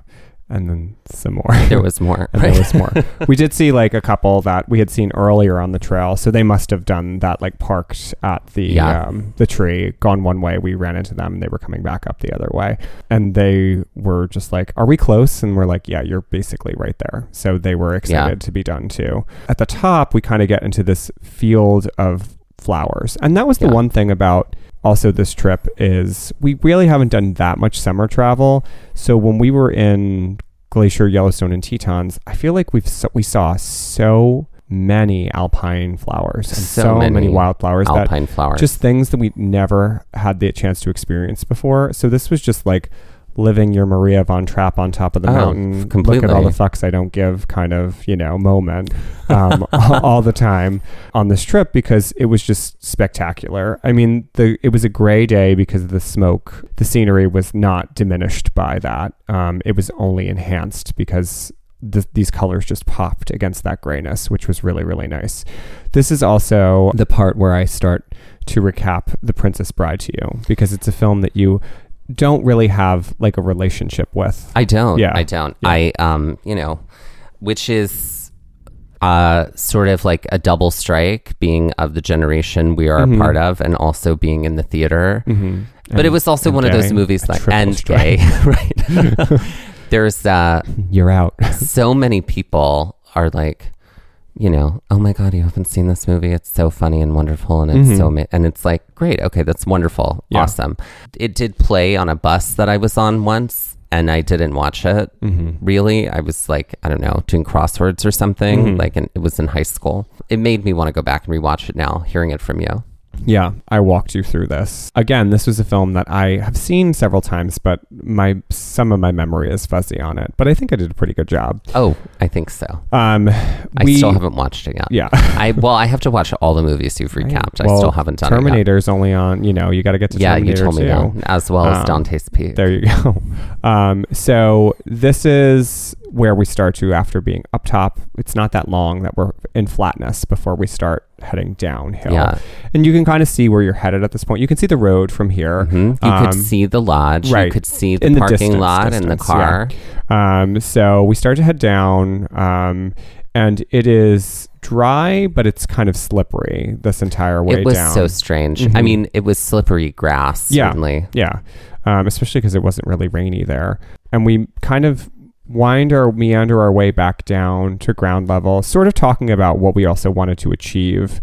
Speaker 1: and then some more.
Speaker 2: There was more.
Speaker 1: and there was more. we did see like a couple that we had seen earlier on the trail, so they must have done that like parked at the
Speaker 2: Yeah.
Speaker 1: um, the tree, gone one way. We ran into them. They were coming back up the other way, and they were just like, "Are we close?" And we're like, "Yeah, you're basically right there." So they were excited to be done too. At the top, we kind of get into this field of flowers, and that was the
Speaker 2: Yeah.
Speaker 1: one thing about. Also, this trip is we really haven't done that much summer travel. So when we were in Glacier, Yellowstone, and Tetons, I feel like we've so, we saw so many alpine flowers and
Speaker 2: So
Speaker 1: so, many,
Speaker 2: many
Speaker 1: wildflowers that
Speaker 2: Alpine flowers.
Speaker 1: just things that we never had the chance to experience before. So this was just like living your Maria von Trapp on top of the
Speaker 2: Oh,
Speaker 1: mountain,
Speaker 2: completely.
Speaker 1: look at all the fucks I don't give kind of you know moment um, all, all the time on this trip because it was just spectacular. I mean, the it was a gray day because of the smoke. The scenery was not diminished by that. Um, it was only enhanced because. th these colors just popped against that grayness, which was really, really nice. This is also the part where I start to recap The Princess Bride to you because it's a film that you don't really have like a relationship with.
Speaker 2: I don't.
Speaker 1: Yeah.
Speaker 2: I don't.
Speaker 1: Yeah.
Speaker 2: I um, you know, which is uh, sort of like a double strike being of the generation we are a part of and also being in the theater. But it was also
Speaker 1: Mm-hmm. and
Speaker 2: one of those
Speaker 1: gay.
Speaker 2: movies
Speaker 1: A
Speaker 2: like,
Speaker 1: triple
Speaker 2: and
Speaker 1: strike.
Speaker 2: gay, right? There's uh,
Speaker 1: You're out.
Speaker 2: so many people are like, you know, oh my god, you haven't seen this movie. It's so funny and wonderful, and it's so ama- and it's like great. Okay, that's wonderful,
Speaker 1: Mm-hmm. Yeah.
Speaker 2: awesome. It did play on a bus that I was on once, and I didn't watch it. Really, I was like, I don't know, doing crosswords or something.
Speaker 1: Mm-hmm.
Speaker 2: Like, in, it was in high school. It made me want to go back and rewatch it now, hearing it from you.
Speaker 1: Yeah, I walked you through this. Again, this was a film that I have seen several times, but my some of my memory is fuzzy on it. But I think I did a pretty good job.
Speaker 2: Oh, I think so.
Speaker 1: Um,
Speaker 2: I still haven't watched it yet.
Speaker 1: Yeah.
Speaker 2: I well, I have to watch all the movies you've recapped. I still
Speaker 1: Well,
Speaker 2: haven't done it. yet.
Speaker 1: Terminator's only on. You know, you got to get to
Speaker 2: Yeah, you
Speaker 1: Terminator
Speaker 2: told me
Speaker 1: 2.
Speaker 2: that, as well as
Speaker 1: Um,
Speaker 2: Dante's Peak.
Speaker 1: There you go. Um, so this is where we start to after being up top. It's not that long that we're in flatness before we start heading downhill.
Speaker 2: Yeah.
Speaker 1: And you can kind of see where you're headed at this point. You can see the road from here.
Speaker 2: Mhm. You
Speaker 1: Um,
Speaker 2: could see the lodge. You
Speaker 1: right.
Speaker 2: could see the
Speaker 1: In the
Speaker 2: parking
Speaker 1: distance,
Speaker 2: lot and the
Speaker 1: distance,
Speaker 2: car.
Speaker 1: Um, so we start to head down, um, and it is dry, but it's kind of slippery this entire way
Speaker 2: It was
Speaker 1: down. Mm-hmm.
Speaker 2: so strange. I mean, it was slippery grass,
Speaker 1: Yeah.
Speaker 2: certainly.
Speaker 1: yeah, um, especially because it wasn't really rainy there, and we kind of wind or meander our way back down to ground level, sort of talking about what we also wanted to achieve,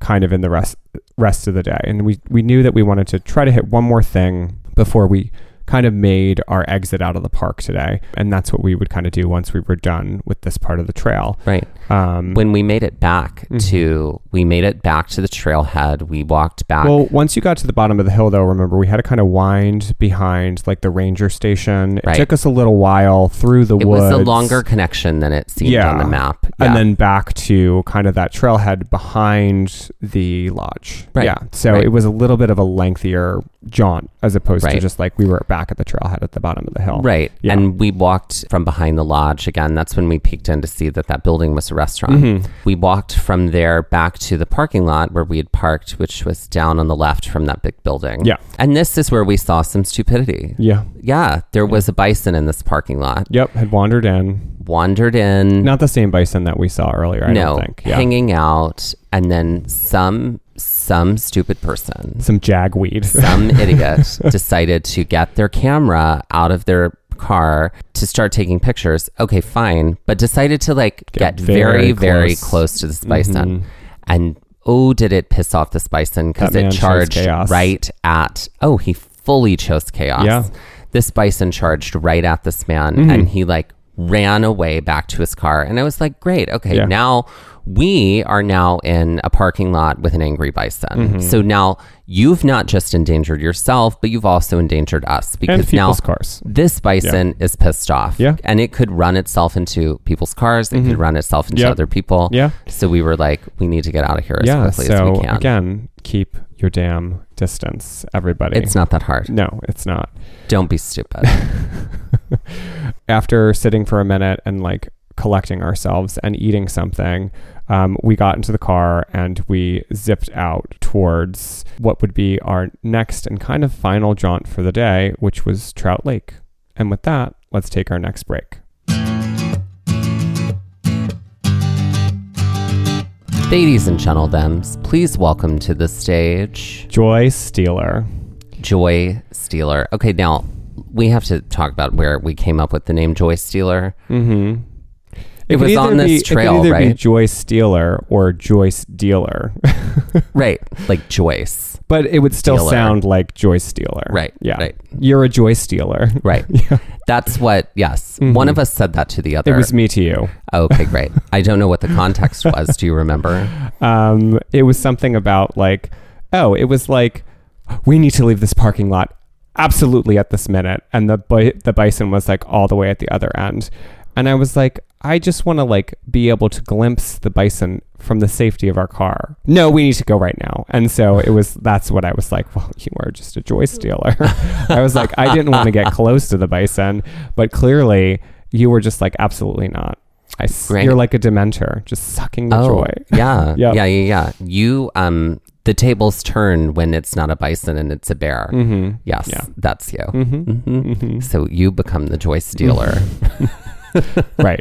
Speaker 1: kind of in the rest rest of the day, and we we knew that we wanted to try to hit one more thing before we kind of made our exit out of the park today and that's what we would kind of do once we were done with this part of the trail
Speaker 2: Right.
Speaker 1: um,
Speaker 2: When we made it back
Speaker 1: Mm-hmm.
Speaker 2: to, we made it back to the trailhead. We walked back.
Speaker 1: Well, once you got to the bottom of the hill, though, remember we had to kind of wind behind like the ranger station.
Speaker 2: Right.
Speaker 1: It took us a little while through the
Speaker 2: it
Speaker 1: woods.
Speaker 2: was a longer connection than it seemed on the map.
Speaker 1: and
Speaker 2: Yeah.
Speaker 1: then back to kind of that trailhead behind the lodge.
Speaker 2: Right.
Speaker 1: Yeah, so
Speaker 2: Right.
Speaker 1: it was a little bit of a lengthier jaunt as opposed to
Speaker 2: Right.
Speaker 1: just like we were back at the trailhead at the bottom of the hill.
Speaker 2: Right.
Speaker 1: Yeah.
Speaker 2: And we walked from behind the lodge again. That's when we peeked in to see that that building was a restaurant.
Speaker 1: Mm-hmm.
Speaker 2: We walked from there back to the parking lot where we had parked, which was down on the left from that big building.
Speaker 1: Yeah.
Speaker 2: And this is where we saw some stupidity.
Speaker 1: Yeah.
Speaker 2: Yeah, there was a bison in this parking lot.
Speaker 1: Yep. Had wandered in.
Speaker 2: Wandered in.
Speaker 1: Not the same bison that we saw earlier. I
Speaker 2: Mm. no,
Speaker 1: don't think. Yeah.
Speaker 2: hanging out, and then some some stupid person
Speaker 1: Some jagweed.
Speaker 2: some idiot decided to get their camera out of their car to start taking pictures. Okay, fine, but decided to like get,
Speaker 1: Get
Speaker 2: very,
Speaker 1: very
Speaker 2: very
Speaker 1: close. Mm-hmm.
Speaker 2: close to this bison, and oh, did it piss off this bison because
Speaker 1: That
Speaker 2: it
Speaker 1: man chose
Speaker 2: charged
Speaker 1: chaos.
Speaker 2: right at. Oh, he fully chose chaos.
Speaker 1: Yeah. Mm-hmm.
Speaker 2: This bison charged right at this man, and he like ran away back to his car. And I was like, great, okay,
Speaker 1: Yeah.
Speaker 2: now we are now in a parking lot with an angry bison.
Speaker 1: Mm-hmm.
Speaker 2: So now you've not just endangered yourself, but you've also endangered us
Speaker 1: and
Speaker 2: because now
Speaker 1: people's cars.
Speaker 2: this bison is pissed off.
Speaker 1: Yeah.
Speaker 2: And it could run itself into people's cars, it could run itself into
Speaker 1: Yep.
Speaker 2: other people.
Speaker 1: Yeah.
Speaker 2: So we were like, we need to get out of here as
Speaker 1: yeah,
Speaker 2: quickly
Speaker 1: so
Speaker 2: as we can.
Speaker 1: Again, keep your damn distance, everybody.
Speaker 2: It's not that hard.
Speaker 1: no, it's not.
Speaker 2: Don't be stupid.
Speaker 1: After sitting for a minute and like collecting ourselves and eating something, um, we got into the car and we zipped out towards what would be our next and kind of final jaunt for the day, which was Trout Lake. And with that, let's take our next break.
Speaker 2: Ladies and gentlemen, please welcome to the stage
Speaker 1: Joy Steeler.
Speaker 2: Joy Steeler. Okay, now we have to talk about where we came up with the name Joy Steeler.
Speaker 1: Mm-hmm.
Speaker 2: It was on this trail,
Speaker 1: it could either Be
Speaker 2: right?
Speaker 1: Joyce Steeler or Joyce Dealer.
Speaker 2: Right. Like Joyce.
Speaker 1: But it would still
Speaker 2: Stealer.
Speaker 1: sound like Joyce Stealer.
Speaker 2: Right,
Speaker 1: Yeah.
Speaker 2: right.
Speaker 1: You're a Joyce Stealer.
Speaker 2: Right. That's what, yes. One of us said that to the
Speaker 1: Mm-hmm. It
Speaker 2: other.
Speaker 1: was me to you.
Speaker 2: okay, great. I don't know what the context was. Do you remember?
Speaker 1: Um, it was something about like, oh, it was like, we need to leave this parking lot absolutely at this minute. And the bi- the bison was like all the way at the other end. And I was like, I just want to like be able to glimpse the bison from the safety of our car. No, we need to go right now. And so it was that's what I was like, well, you are just a joy stealer. I was like, I didn't want to get close to the bison, but clearly you were just like absolutely not. I s-
Speaker 2: Right.
Speaker 1: you're like a dementor, just sucking the joy.
Speaker 2: Oh, yeah,
Speaker 1: Yep.
Speaker 2: yeah, yeah, yeah. You, um, the tables turn when it's not a bison and it's a bear.
Speaker 1: Mm-hmm.
Speaker 2: Yes,
Speaker 1: Yeah. Mm-hmm.
Speaker 2: that's you. Mm-hmm. Mhm. So you become the Joy Stealer.
Speaker 1: Right.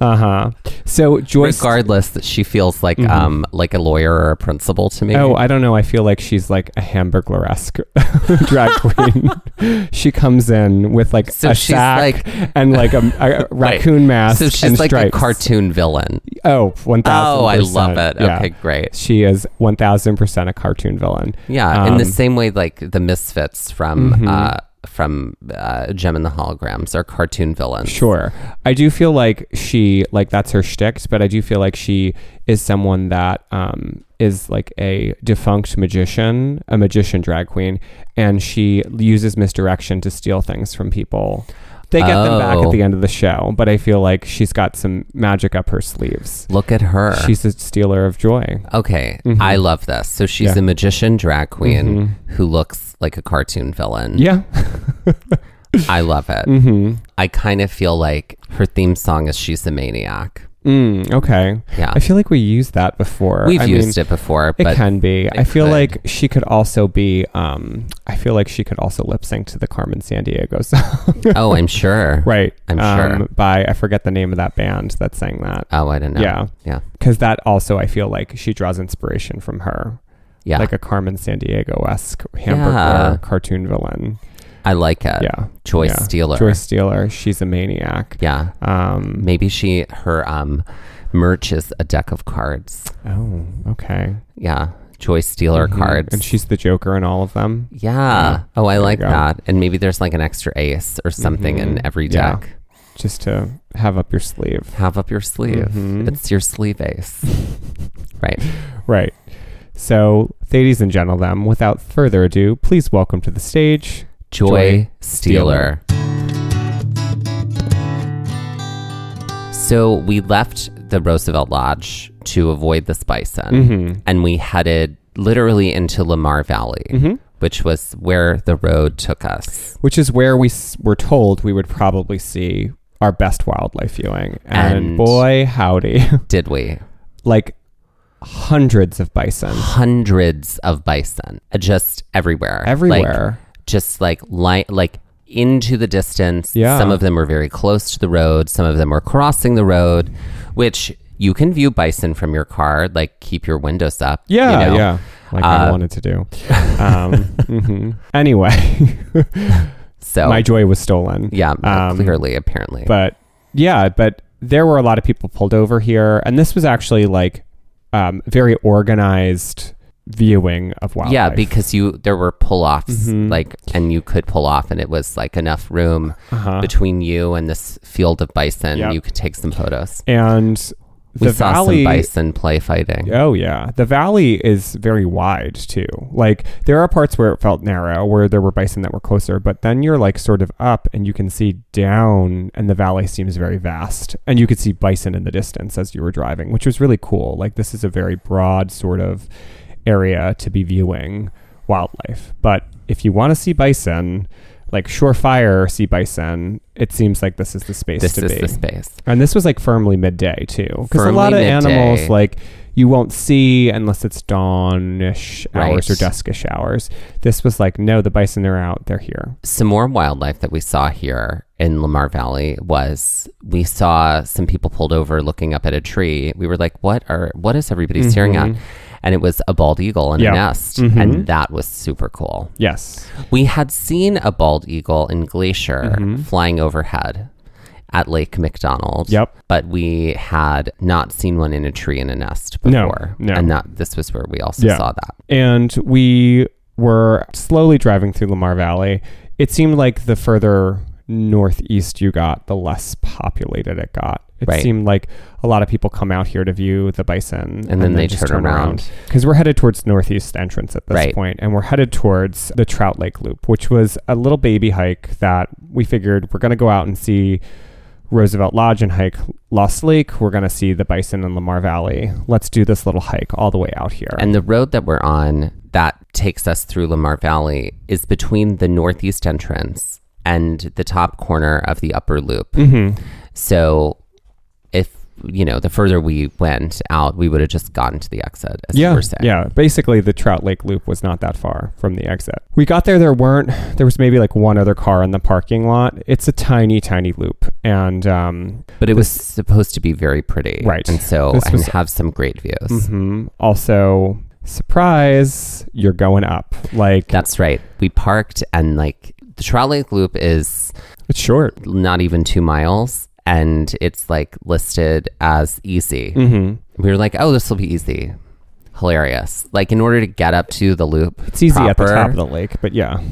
Speaker 1: Uh huh. So Joyce. Mm-hmm.
Speaker 2: Regardless, that she feels like um like a lawyer or a principal to me.
Speaker 1: Oh, I don't know. I feel like she's like a Hamburglar-esque drag queen. she comes in with like
Speaker 2: So
Speaker 1: a
Speaker 2: she's
Speaker 1: sack
Speaker 2: like-
Speaker 1: and like a, a raccoon mask
Speaker 2: so she's
Speaker 1: and
Speaker 2: like
Speaker 1: stripes.
Speaker 2: a cartoon villain.
Speaker 1: Oh, 1000%.
Speaker 2: Oh, I love it.
Speaker 1: Yeah.
Speaker 2: Okay, great.
Speaker 1: She is 1000% a cartoon villain.
Speaker 2: Yeah, in the
Speaker 1: Um, Mm-hmm.
Speaker 2: same way like the Misfits from uh from uh, Gem and the Holograms are cartoon villains.
Speaker 1: Sure. I do feel like she, like that's her shtick, but I do feel like she is someone that um, is like a defunct magician, a magician drag queen, and she uses misdirection to steal things from people. They get them back
Speaker 2: Oh.
Speaker 1: at the end of the show, but I feel like she's got some magic up her sleeves.
Speaker 2: Look at her.
Speaker 1: She's a stealer of joy.
Speaker 2: Okay, I love this. So she's
Speaker 1: Mm-hmm. Yeah. Mm-hmm.
Speaker 2: a magician drag queen who looks like a cartoon villain.
Speaker 1: Yeah. Mm. Mm-hmm.
Speaker 2: I love it. I kind of feel like her theme song is She's a Maniac.
Speaker 1: Mm, okay.
Speaker 2: Yeah.
Speaker 1: I feel like we used that before.
Speaker 2: We've
Speaker 1: I mean,
Speaker 2: used it before,
Speaker 1: It
Speaker 2: but
Speaker 1: can be. I feel
Speaker 2: could.
Speaker 1: like she could also be. Um, I feel like she could also lip sync to the Carmen San Diego song,
Speaker 2: oh, I'm sure.
Speaker 1: right?
Speaker 2: I'm
Speaker 1: um,
Speaker 2: sure.
Speaker 1: By I forget the name of that band that sang that,
Speaker 2: Oh, I don't know.
Speaker 1: Yeah.
Speaker 2: Yeah.
Speaker 1: because that also I feel like she draws inspiration from her,
Speaker 2: Yeah.
Speaker 1: like a Carmen San Diego esque hamburger
Speaker 2: Yeah. Uh,
Speaker 1: cartoon villain.
Speaker 2: I like it.
Speaker 1: Yeah,
Speaker 2: Joyce
Speaker 1: yeah.
Speaker 2: Steeler.
Speaker 1: Joyce Steeler. She's a maniac.
Speaker 2: Yeah.
Speaker 1: Um.
Speaker 2: Maybe she, her um, merch is a deck of cards.
Speaker 1: Oh. Okay. Mm-hmm.
Speaker 2: Yeah. Joyce Steeler cards.
Speaker 1: And she's the Joker in all of them.
Speaker 2: yeah. Oh, I like
Speaker 1: go. Mm-hmm.
Speaker 2: that. And maybe there's like an extra ace or something in every
Speaker 1: Yeah.
Speaker 2: deck.
Speaker 1: Just to have up your sleeve. Mm-hmm.
Speaker 2: Have up your sleeve. It's your sleeve ace. right.
Speaker 1: Right. So, ladies and gentlemen, without further ado, please welcome to the stage.
Speaker 2: Joy,
Speaker 1: Joy
Speaker 2: Stealer. So we left the Roosevelt Lodge to avoid the bison, and we headed literally into Lamar Valley, which was where the road took us.
Speaker 1: Which is where we s- were told we would probably see our best wildlife viewing. And,
Speaker 2: And-
Speaker 1: boy, howdy.
Speaker 2: Did we?
Speaker 1: like hundreds of bison
Speaker 2: Hundreds of bison, uh, just everywhere, Like,
Speaker 1: everywhere.
Speaker 2: just like li- like into the distance.
Speaker 1: Yeah.
Speaker 2: Some of them were very close to the road. Some of them were crossing the road, which you can view bison from your car. Like keep your windows up. you
Speaker 1: yeah,
Speaker 2: know?
Speaker 1: yeah. Like I
Speaker 2: Uh,
Speaker 1: wanted to do. Um, mhm. Anyway,
Speaker 2: So
Speaker 1: my joy was stolen.
Speaker 2: yeah, uh,
Speaker 1: Um,
Speaker 2: clearly, apparently.
Speaker 1: but yeah, but there were a lot of people pulled over here, and this was actually like um, very organized viewing of wildlife. Mm-hmm.
Speaker 2: yeah, because you there were pull offs like, and you could pull off, and it was like enough room between you and this field of bison.
Speaker 1: Uh-huh. Yep.
Speaker 2: You could take some photos.
Speaker 1: and
Speaker 2: We
Speaker 1: the
Speaker 2: saw
Speaker 1: valley.
Speaker 2: some bison play fighting.
Speaker 1: Oh yeah, the valley is very wide too. Like there are parts where it felt narrow, where there were bison that were closer, but then you're like sort of up and you can see down, and the valley seems very vast, and you could see bison in the distance as you were driving, which was really cool. Like this is a very broad sort of area to be viewing wildlife, but if you want to see bison, like surefire see bison, it seems like this is the space
Speaker 2: This
Speaker 1: to
Speaker 2: is
Speaker 1: be.
Speaker 2: the space.
Speaker 1: And this was like firmly midday too, because a lot of
Speaker 2: Firmly midday.
Speaker 1: animals like you won't see unless it's dawnish hours or
Speaker 2: Right.
Speaker 1: duskish hours. This was like no, the bison they're out, they're here.
Speaker 2: some more wildlife that we saw here in Lamar Valley was we saw some people pulled over looking up at a tree. We were like, "What are? What is everybody staring at?" And it was a bald eagle in
Speaker 1: Mm-hmm. Yeah. Mm-hmm.
Speaker 2: a nest, and that was super cool.
Speaker 1: Yes,
Speaker 2: We had seen a bald eagle in Glacier
Speaker 1: Mm-hmm.
Speaker 2: flying overhead at Lake McDonald.
Speaker 1: Yep.
Speaker 2: But we had not seen one in a tree in a nest
Speaker 1: No,
Speaker 2: before.
Speaker 1: no.
Speaker 2: And that this was where we also
Speaker 1: Yeah.
Speaker 2: saw that.
Speaker 1: and we were slowly driving through Lamar Valley. It seemed like the further northeast you got, the less populated it got. It
Speaker 2: Right.
Speaker 1: seemed like a lot of people come out here to view the bison,
Speaker 2: then they turn around.
Speaker 1: because we're headed towards the northeast entrance at this
Speaker 2: Right.
Speaker 1: point, and we're headed towards the Trout Lake Loop, which was a little baby hike that we figured we're going to go out and see Roosevelt Lodge and hike Lost Lake. We're going to see the bison in Lamar Valley. Let's do this little hike all the way out here.
Speaker 2: And the road that we're on that takes us through Lamar Valley is between the northeast entrance
Speaker 1: Mm-hmm.
Speaker 2: and the top corner of the upper loop. So if you know, the further we went out, we would have just gotten to the exit, as you
Speaker 1: Yeah,
Speaker 2: were saying.
Speaker 1: yeah. Basically, the Trout Lake Loop was not that far from the exit. We got there. There weren't. There was maybe like one other car in the parking lot. It's a tiny, tiny loop, and um,
Speaker 2: But it was supposed to be very pretty.
Speaker 1: Right.
Speaker 2: And so,
Speaker 1: This
Speaker 2: and
Speaker 1: was-
Speaker 2: have some great views.
Speaker 1: mhm. also surprise, you're going up. Like
Speaker 2: That's right. We parked and like the Trout Lake Loop is
Speaker 1: it's short.
Speaker 2: not even two miles and it's like listed as easy.
Speaker 1: hmm
Speaker 2: We were like, oh, this will be easy. Hilarious. Like in order to get up to the loop,
Speaker 1: It's easy at the
Speaker 2: proper,
Speaker 1: top of the lake, but yeah,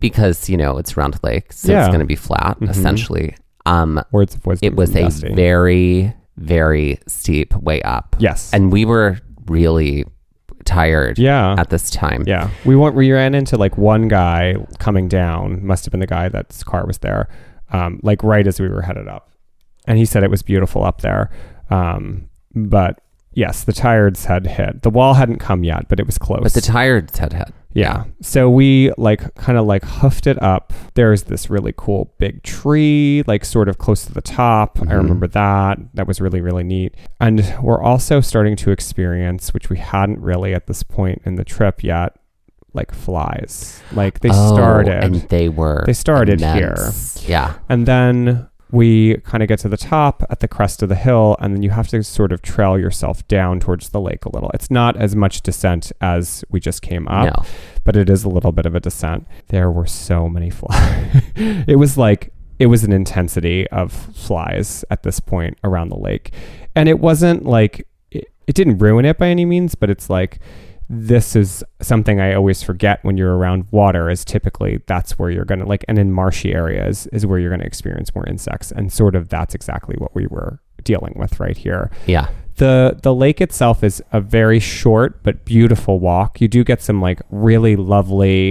Speaker 2: because you know it's round lake, so
Speaker 1: Yeah. Mm-hmm.
Speaker 2: it's going to be flat essentially. Um,
Speaker 1: words of wisdom.
Speaker 2: it was a
Speaker 1: Dusty.
Speaker 2: very very steep way up.
Speaker 1: yes,
Speaker 2: and we were really tired
Speaker 1: yeah,
Speaker 2: at this time.
Speaker 1: Yeah, we went. We ran into like one guy coming down. Must have been the guy that's car was there, um, like right as we were headed up, and he said it was beautiful up there. Um, but yes, the tired's had hit. The wall hadn't come yet, but it was close.
Speaker 2: But the tired had hit.
Speaker 1: yeah. So we like kind of like hoofed it up. There's this really cool big tree, like sort of close to the top.
Speaker 2: Mm-hmm.
Speaker 1: I remember that. That was really, really neat. And we're also starting to experience, which we hadn't really at this point in the trip yet, like flies. Like they
Speaker 2: Oh,
Speaker 1: started.
Speaker 2: and they were
Speaker 1: They started here.
Speaker 2: immense. Yeah,
Speaker 1: And then we kind of get to the top at the crest of the hill, and then you have to sort of trail yourself down towards the lake a little. It's not as much descent as we just came up,
Speaker 2: No.
Speaker 1: but it is a little bit of a descent. There were so many flies. it was like it was an intensity of flies at this point around the lake. And it wasn't like it, it didn't ruin it by any means, but it's like this is something I always forget when you're around water is typically that's where you're going to like, and in marshy areas is where you're going to experience more insects. And sort of that's exactly what we were dealing with right here.
Speaker 2: yeah.
Speaker 1: The, the lake itself is a very short but beautiful walk. You do get some like really lovely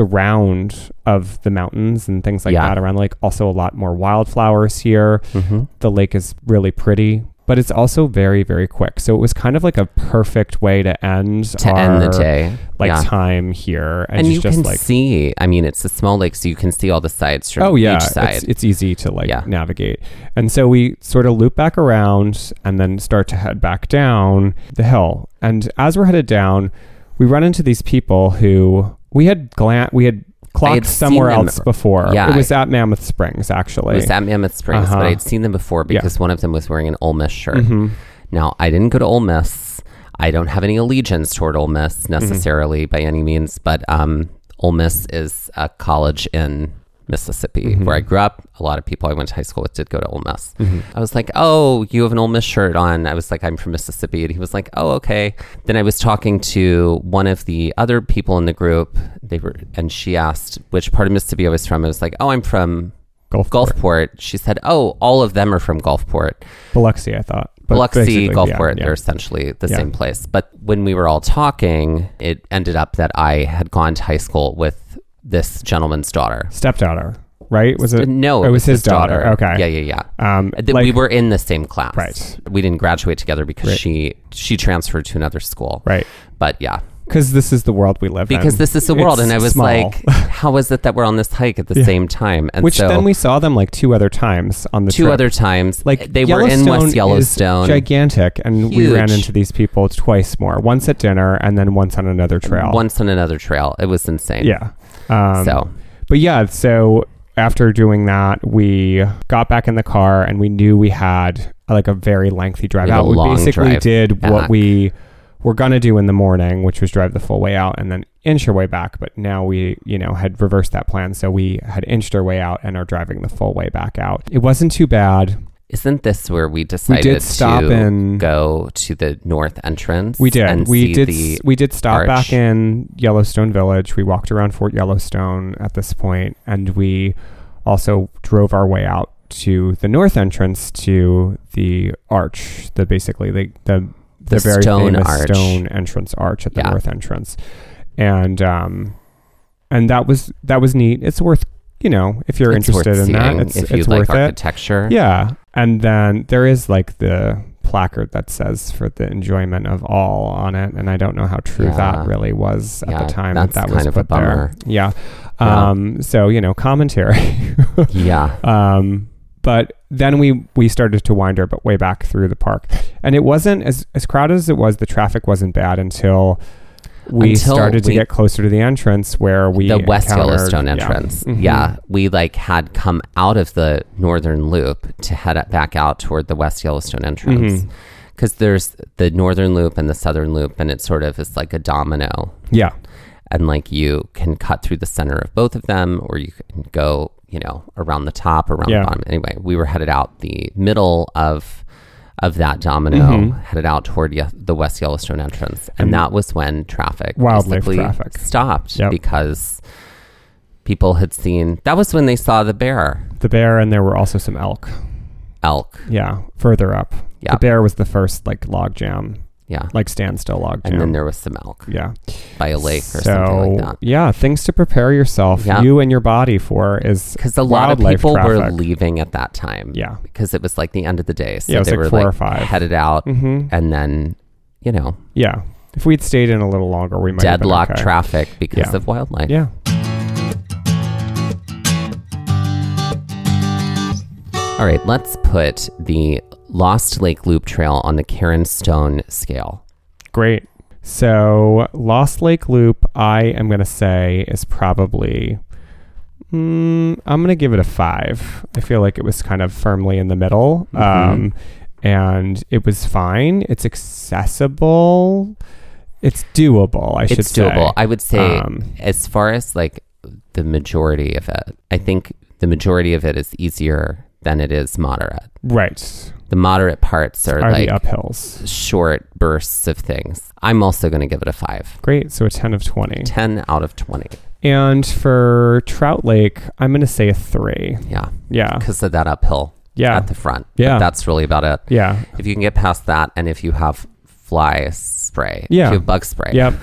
Speaker 1: surround of the mountains and things like
Speaker 2: Yeah.
Speaker 1: that around the lake. Also a lot more wildflowers here
Speaker 2: Mm-hmm.
Speaker 1: the lake is really pretty, but it's also very, very quick. So it was kind of like a perfect way to end
Speaker 2: To
Speaker 1: our,
Speaker 2: end the day,
Speaker 1: like
Speaker 2: yeah.
Speaker 1: time here, and,
Speaker 2: and
Speaker 1: it's
Speaker 2: you
Speaker 1: just
Speaker 2: can
Speaker 1: like
Speaker 2: see. I mean, it's a small lake, so you can see all the sides from
Speaker 1: oh yeah,
Speaker 2: each side.
Speaker 1: it's, it's easy to like
Speaker 2: Yeah.
Speaker 1: navigate. And so we sort of loop back around and then start to head back down the hill. And as we're headed down, we run into these people who we had glan we had clocked
Speaker 2: had seen
Speaker 1: somewhere
Speaker 2: them.
Speaker 1: else before.
Speaker 2: Yeah,
Speaker 1: it was at Mammoth Springs actually.
Speaker 2: It was at Mammoth Springs,
Speaker 1: Uh-huh.
Speaker 2: but I'd seen them before
Speaker 1: Yeah.
Speaker 2: because one of them was wearing an Ole Miss shirt.
Speaker 1: Mhm.
Speaker 2: Now, I didn't go to Ole Miss. I don't have any allegiance toward Ole Miss
Speaker 1: Mm-hmm.
Speaker 2: necessarily by any means, but um, Ole Miss is a college in Mississippi
Speaker 1: Mm-hmm.
Speaker 2: where I grew up. A lot of people I went to high school with did go to Ole Miss. I was like, oh, you have an Ole Miss shirt on. I was like, I'm from Mississippi. And he was like, oh, okay. Then I was talking to one of the other people in the group. They were, and she asked which part of Mississippi I was from. I was like, oh, I'm from
Speaker 1: Gulf,
Speaker 2: Gulfport. She said, oh, all of them are from Gulfport.
Speaker 1: Biloxi, I thought. But
Speaker 2: Biloxi,
Speaker 1: basically, yeah,
Speaker 2: Gulfport,
Speaker 1: yeah.
Speaker 2: they're essentially the
Speaker 1: Yeah.
Speaker 2: same place. But when we were all talking, it ended up that I had gone to high school with this gentleman's daughter.
Speaker 1: stepdaughter, right? Was it?
Speaker 2: No,
Speaker 1: it was his daughter. Okay.
Speaker 2: Yeah, yeah, yeah.
Speaker 1: Um,
Speaker 2: That
Speaker 1: like-
Speaker 2: we were in the same class.
Speaker 1: Right.
Speaker 2: We didn't graduate together because
Speaker 1: Right.
Speaker 2: she she transferred to another school.
Speaker 1: right.
Speaker 2: But yeah,
Speaker 1: Because this is the world we live in.
Speaker 2: because this is the world,
Speaker 1: It's
Speaker 2: and I was
Speaker 1: small.
Speaker 2: like, how is it that we're on this hike at the same time? And
Speaker 1: which
Speaker 2: so
Speaker 1: then we saw them like two other times on the
Speaker 2: two
Speaker 1: trip.
Speaker 2: other times,
Speaker 1: like
Speaker 2: they were in West
Speaker 1: is
Speaker 2: Yellowstone.
Speaker 1: gigantic, and we ran
Speaker 2: Huge.
Speaker 1: into these people twice more. Once at dinner, and then once on another trail.
Speaker 2: Once on another trail, it was insane.
Speaker 1: yeah. Um,
Speaker 2: So
Speaker 1: But yeah, so after doing that, we got back in the car and we knew we had uh, like a very lengthy drive
Speaker 2: We had a
Speaker 1: out. We
Speaker 2: long
Speaker 1: basically
Speaker 2: drive
Speaker 1: did
Speaker 2: back.
Speaker 1: what we were going to do in the morning, which was drive the full way out and then inch our way back. But now we, you know, had reversed that plan. So we had inched our way out and are driving the full way back out. It wasn't too bad.
Speaker 2: Isn't this where we decided
Speaker 1: stop
Speaker 2: to
Speaker 1: in-
Speaker 2: go to the north entrance?
Speaker 1: We did.
Speaker 2: and
Speaker 1: we
Speaker 2: see
Speaker 1: did.
Speaker 2: the-
Speaker 1: s- we did stop
Speaker 2: arch.
Speaker 1: back in Yellowstone Village. We walked around Fort Yellowstone at this point, and we also drove our way out to the north entrance to the arch, the basically the the, the,
Speaker 2: The
Speaker 1: very
Speaker 2: stone
Speaker 1: famous
Speaker 2: arch.
Speaker 1: stone entrance arch at the
Speaker 2: Yeah.
Speaker 1: north entrance, and um, and that was that was neat. It's worth you know if you're
Speaker 2: it's worth
Speaker 1: interested in that,
Speaker 2: seeing
Speaker 1: it's
Speaker 2: if you
Speaker 1: it's
Speaker 2: like
Speaker 1: worth it.
Speaker 2: architecture.
Speaker 1: Yeah. And then there is like the placard that says for the enjoyment of all on it. And I don't know how true
Speaker 2: Yeah.
Speaker 1: that really was at
Speaker 2: Yeah,
Speaker 1: the time
Speaker 2: that's
Speaker 1: that that was
Speaker 2: kind of a
Speaker 1: put there.
Speaker 2: bummer.
Speaker 1: Yeah.
Speaker 2: Yeah.
Speaker 1: Um, so, you know, commentary.
Speaker 2: yeah.
Speaker 1: um, But then we we started to wind our b- way back through the park, and it wasn't as as crowded as it was. The traffic wasn't bad until we
Speaker 2: Until
Speaker 1: started to
Speaker 2: we-
Speaker 1: get closer to the entrance where we
Speaker 2: the West
Speaker 1: encountered-
Speaker 2: Yellowstone
Speaker 1: yeah.
Speaker 2: entrance. Yeah.
Speaker 1: Mhm.
Speaker 2: We like had come out of the northern loop to head up back out toward the West Yellowstone entrance.
Speaker 1: Mm-hmm.
Speaker 2: Because there's the northern loop and the southern loop, and it sort of is like a domino.
Speaker 1: Yeah.
Speaker 2: And like you can cut through the center of both of them, or you can go, you know, around the top, around
Speaker 1: Yeah.
Speaker 2: the bottom. Anyway, we were headed out the middle of of that domino,
Speaker 1: Mm-hmm.
Speaker 2: headed out toward Ye- the West Yellowstone entrance, and, that was when traffic
Speaker 1: Wildlife
Speaker 2: basically
Speaker 1: traffic.
Speaker 2: stopped
Speaker 1: Yep.
Speaker 2: because people had seen. That was when they saw the bear,
Speaker 1: the bear, and there were also some elk.
Speaker 2: elk.
Speaker 1: Yeah, further up.
Speaker 2: Yeah.
Speaker 1: The bear was the first like log jam,
Speaker 2: Yeah,
Speaker 1: like standstill log jam.
Speaker 2: and then there was some elk
Speaker 1: yeah.
Speaker 2: by a lake
Speaker 1: So,
Speaker 2: or something like that.
Speaker 1: Yeah, things to prepare yourself,
Speaker 2: Yeah.
Speaker 1: you and your body for is
Speaker 2: Because a lot of
Speaker 1: wildlife
Speaker 2: people were
Speaker 1: traffic.
Speaker 2: leaving at that time.
Speaker 1: Yeah.
Speaker 2: because it was like the end of the day, so
Speaker 1: Yeah, it was
Speaker 2: they
Speaker 1: like
Speaker 2: were
Speaker 1: four
Speaker 2: like
Speaker 1: or five.
Speaker 2: headed out,
Speaker 1: Mhm.
Speaker 2: and then you know
Speaker 1: Yeah. If we'd stayed in a little longer, we might have been
Speaker 2: deadlock
Speaker 1: okay.
Speaker 2: traffic because
Speaker 1: Yeah.
Speaker 2: of wildlife.
Speaker 1: Yeah.
Speaker 2: All right, let's put the Lost Lake Loop Trail on the Karen Stone scale.
Speaker 1: Great. So, Lost Lake Loop, I am going to say is probably mm, I'm going to give it a 5. I feel like it was kind of firmly in the middle.
Speaker 2: Mm-hmm.
Speaker 1: Um and it was fine. It's accessible. It's doable, I should
Speaker 2: It's doable.
Speaker 1: say.
Speaker 2: I would say,
Speaker 1: Um,
Speaker 2: as far as like the majority of it, I think the majority of it is easier than it is moderate.
Speaker 1: right.
Speaker 2: The moderate parts are,
Speaker 1: Are
Speaker 2: like
Speaker 1: the uphills.
Speaker 2: short bursts of things. I'm also going to give it a five.
Speaker 1: Great. So, a 10 of 20.
Speaker 2: 10 out of 20.
Speaker 1: And for Trout Lake, I'm going to say a 3.
Speaker 2: Yeah.
Speaker 1: Yeah.
Speaker 2: Because of that uphill
Speaker 1: Yeah.
Speaker 2: at the front.
Speaker 1: Yeah.
Speaker 2: But that's really about it.
Speaker 1: Yeah.
Speaker 2: If you can get past that and if you have fly spray,
Speaker 1: Yeah.
Speaker 2: if you have bug spray,
Speaker 1: Yep.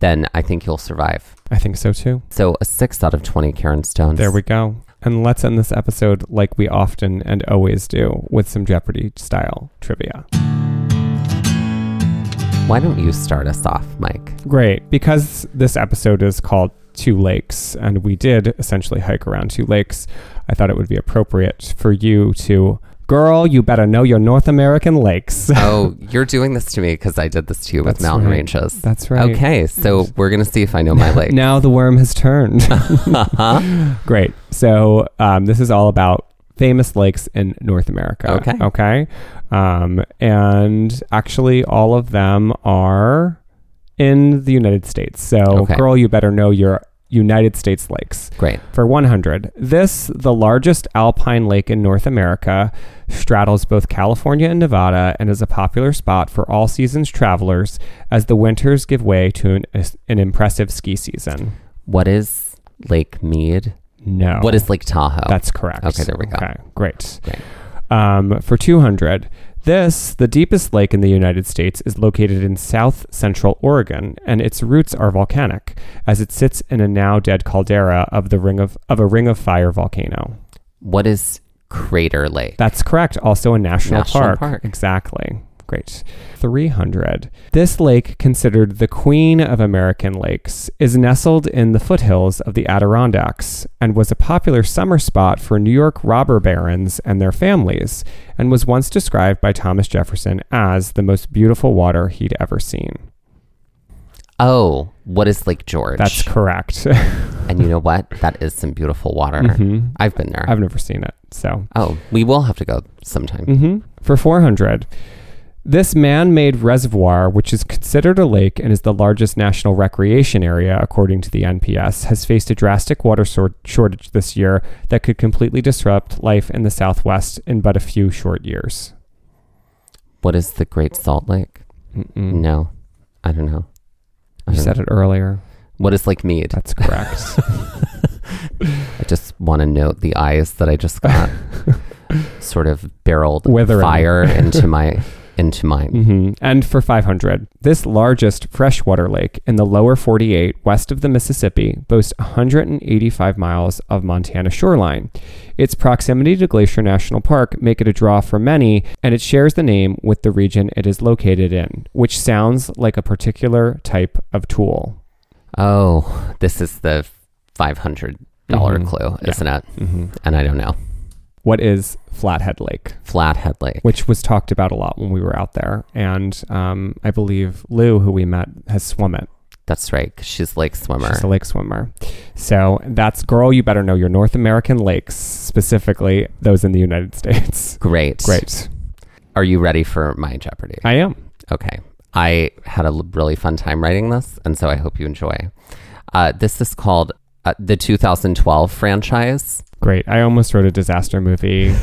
Speaker 2: then I think you'll survive.
Speaker 1: I think so too.
Speaker 2: So a six out of 20 Karen Stones.
Speaker 1: There we go. And let's end this episode like we often and always do with some Jeopardy style trivia.
Speaker 2: Why don't you start us off, Mike?
Speaker 1: Great. Because this episode is called Two Lakes, and we did essentially hike around two lakes, I thought it would be appropriate for you to, girl, you better know your North American lakes.
Speaker 2: Oh, you're doing this to me because I did this to you with
Speaker 1: That's
Speaker 2: mountain
Speaker 1: right.
Speaker 2: ranges.
Speaker 1: That's right. Mm.
Speaker 2: Okay, so we're going to see if I know my lake.
Speaker 1: Now the worm has turned. Great. So um, this is all about famous lakes in North America.
Speaker 2: Okay.
Speaker 1: Okay. Um, and actually, all of them are in the United States. So,
Speaker 2: Okay.
Speaker 1: girl, you better know your United States lakes.
Speaker 2: Great.
Speaker 1: For 100, this, the largest alpine lake in North America, straddles both California and Nevada and is a popular spot for all seasons travelers as the winters give way to an, an impressive ski season.
Speaker 2: What is Lake Mead?
Speaker 1: No.
Speaker 2: What is Lake Tahoe?
Speaker 1: Oh. That's correct.
Speaker 2: Okay, there we go.
Speaker 1: Okay, great.
Speaker 2: Great.
Speaker 1: Um, for 200, this, the deepest lake in the United States, is located in south central Oregon, and its roots are volcanic, as it sits in a now dead caldera of the ring of, of a ring of fire volcano.
Speaker 2: What is Crater Lake?
Speaker 1: That's correct. Also a national,
Speaker 2: National
Speaker 1: park.
Speaker 2: park.
Speaker 1: Exactly. Great. 300. This lake, considered the queen of American lakes, is nestled in the foothills of the Adirondacks and was a popular summer spot for New York robber barons and their families, and was once described by Thomas Jefferson as the most beautiful water he'd ever seen.
Speaker 2: Oh, what is Lake George?
Speaker 1: That's correct.
Speaker 2: and you know what? That is some beautiful water.
Speaker 1: Mhm.
Speaker 2: I've been there.
Speaker 1: I've never seen it, so
Speaker 2: oh, we will have to go sometime.
Speaker 1: hmm For 400. This man made reservoir, which is considered a lake and is the largest national recreation area, according to the NPS, has faced a drastic water sor- shortage this year that could completely disrupt life in the Southwest in but a few short years.
Speaker 2: What is the Great Salt Lake?
Speaker 1: Mm-mm.
Speaker 2: No, I don't know. I
Speaker 1: Mm. You
Speaker 2: don't
Speaker 1: said
Speaker 2: know.
Speaker 1: it earlier.
Speaker 2: What is Lake Mead?
Speaker 1: That's correct.
Speaker 2: I just want to note the eyes that I just got, sort of barreled
Speaker 1: Withering.
Speaker 2: fire into my into mine.
Speaker 1: hmm And for 500, this largest freshwater lake in the lower 48 west of the Mississippi boasts 185 miles of Montana shoreline. Its proximity to Glacier National Park make it a draw for many, and it shares the name with the region it is located in, which sounds like a particular type of tool.
Speaker 2: Oh, this is the five hundred dollar
Speaker 1: Mhm.
Speaker 2: clue,
Speaker 1: Yeah.
Speaker 2: isn't it?
Speaker 1: Mm-hmm.
Speaker 2: And I don't know.
Speaker 1: what is Flathead Lake,
Speaker 2: Flathead Lake.
Speaker 1: which was talked about a lot when we were out there. And um, I believe Lou, who we met, has swum it.
Speaker 2: That's right. 'cause She's lake swimmer.
Speaker 1: She's a lake swimmer. So that's girl, you better know your North American lakes, specifically those in the United States.
Speaker 2: Great.
Speaker 1: Great.
Speaker 2: Are you ready for my Jeopardy?
Speaker 1: I am.
Speaker 2: Okay. I had a l- really fun time writing this, and so I hope you enjoy. Uh, this is called uh, the 2012 franchise.
Speaker 1: Great. I almost wrote a disaster movie.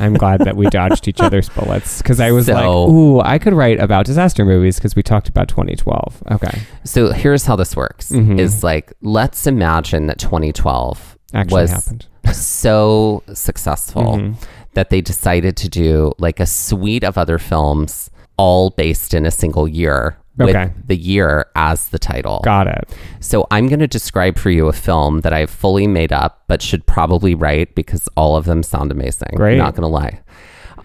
Speaker 1: I'm glad that we dodged each other's bullets because I was like,
Speaker 2: So-
Speaker 1: ooh, I could write about disaster movies because we talked about 2012. Okay.
Speaker 2: So here's how this works: is like let's imagine that 2012
Speaker 1: Actually
Speaker 2: was
Speaker 1: happened.
Speaker 2: so successful
Speaker 1: Mm-hmm.
Speaker 2: that they decided to do like a suite of other films, all based in a single year.
Speaker 1: Okay.
Speaker 2: With the year as the title.
Speaker 1: Got it.
Speaker 2: So I'm going to describe for you a film that I've fully made up, but should probably write because all of them sound amazing.
Speaker 1: Great.
Speaker 2: Not going to lie.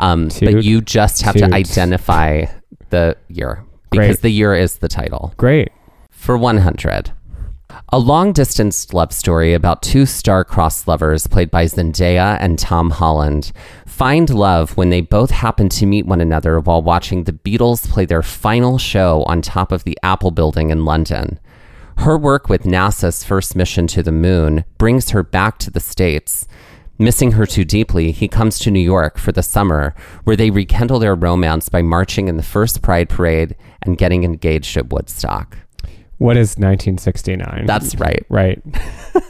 Speaker 2: Um, but
Speaker 1: Toot.
Speaker 2: you just have
Speaker 1: Toot.
Speaker 2: to identify the year because
Speaker 1: Great.
Speaker 2: the year is the title.
Speaker 1: Great.
Speaker 2: For 100. A long distance love story about two star-crossed lovers played by Zendaya and Tom Holland find love when they both happen to meet one another while watching the Beatles play their final show on top of the Apple building in London. Her work with NASA's first mission to the moon brings her back to the States. Missing her too deeply, he comes to New York for the summer, where they rekindle their romance by marching in the first Pride Parade and getting engaged at Woodstock.
Speaker 1: What is 1969?
Speaker 2: That's right.
Speaker 1: Right.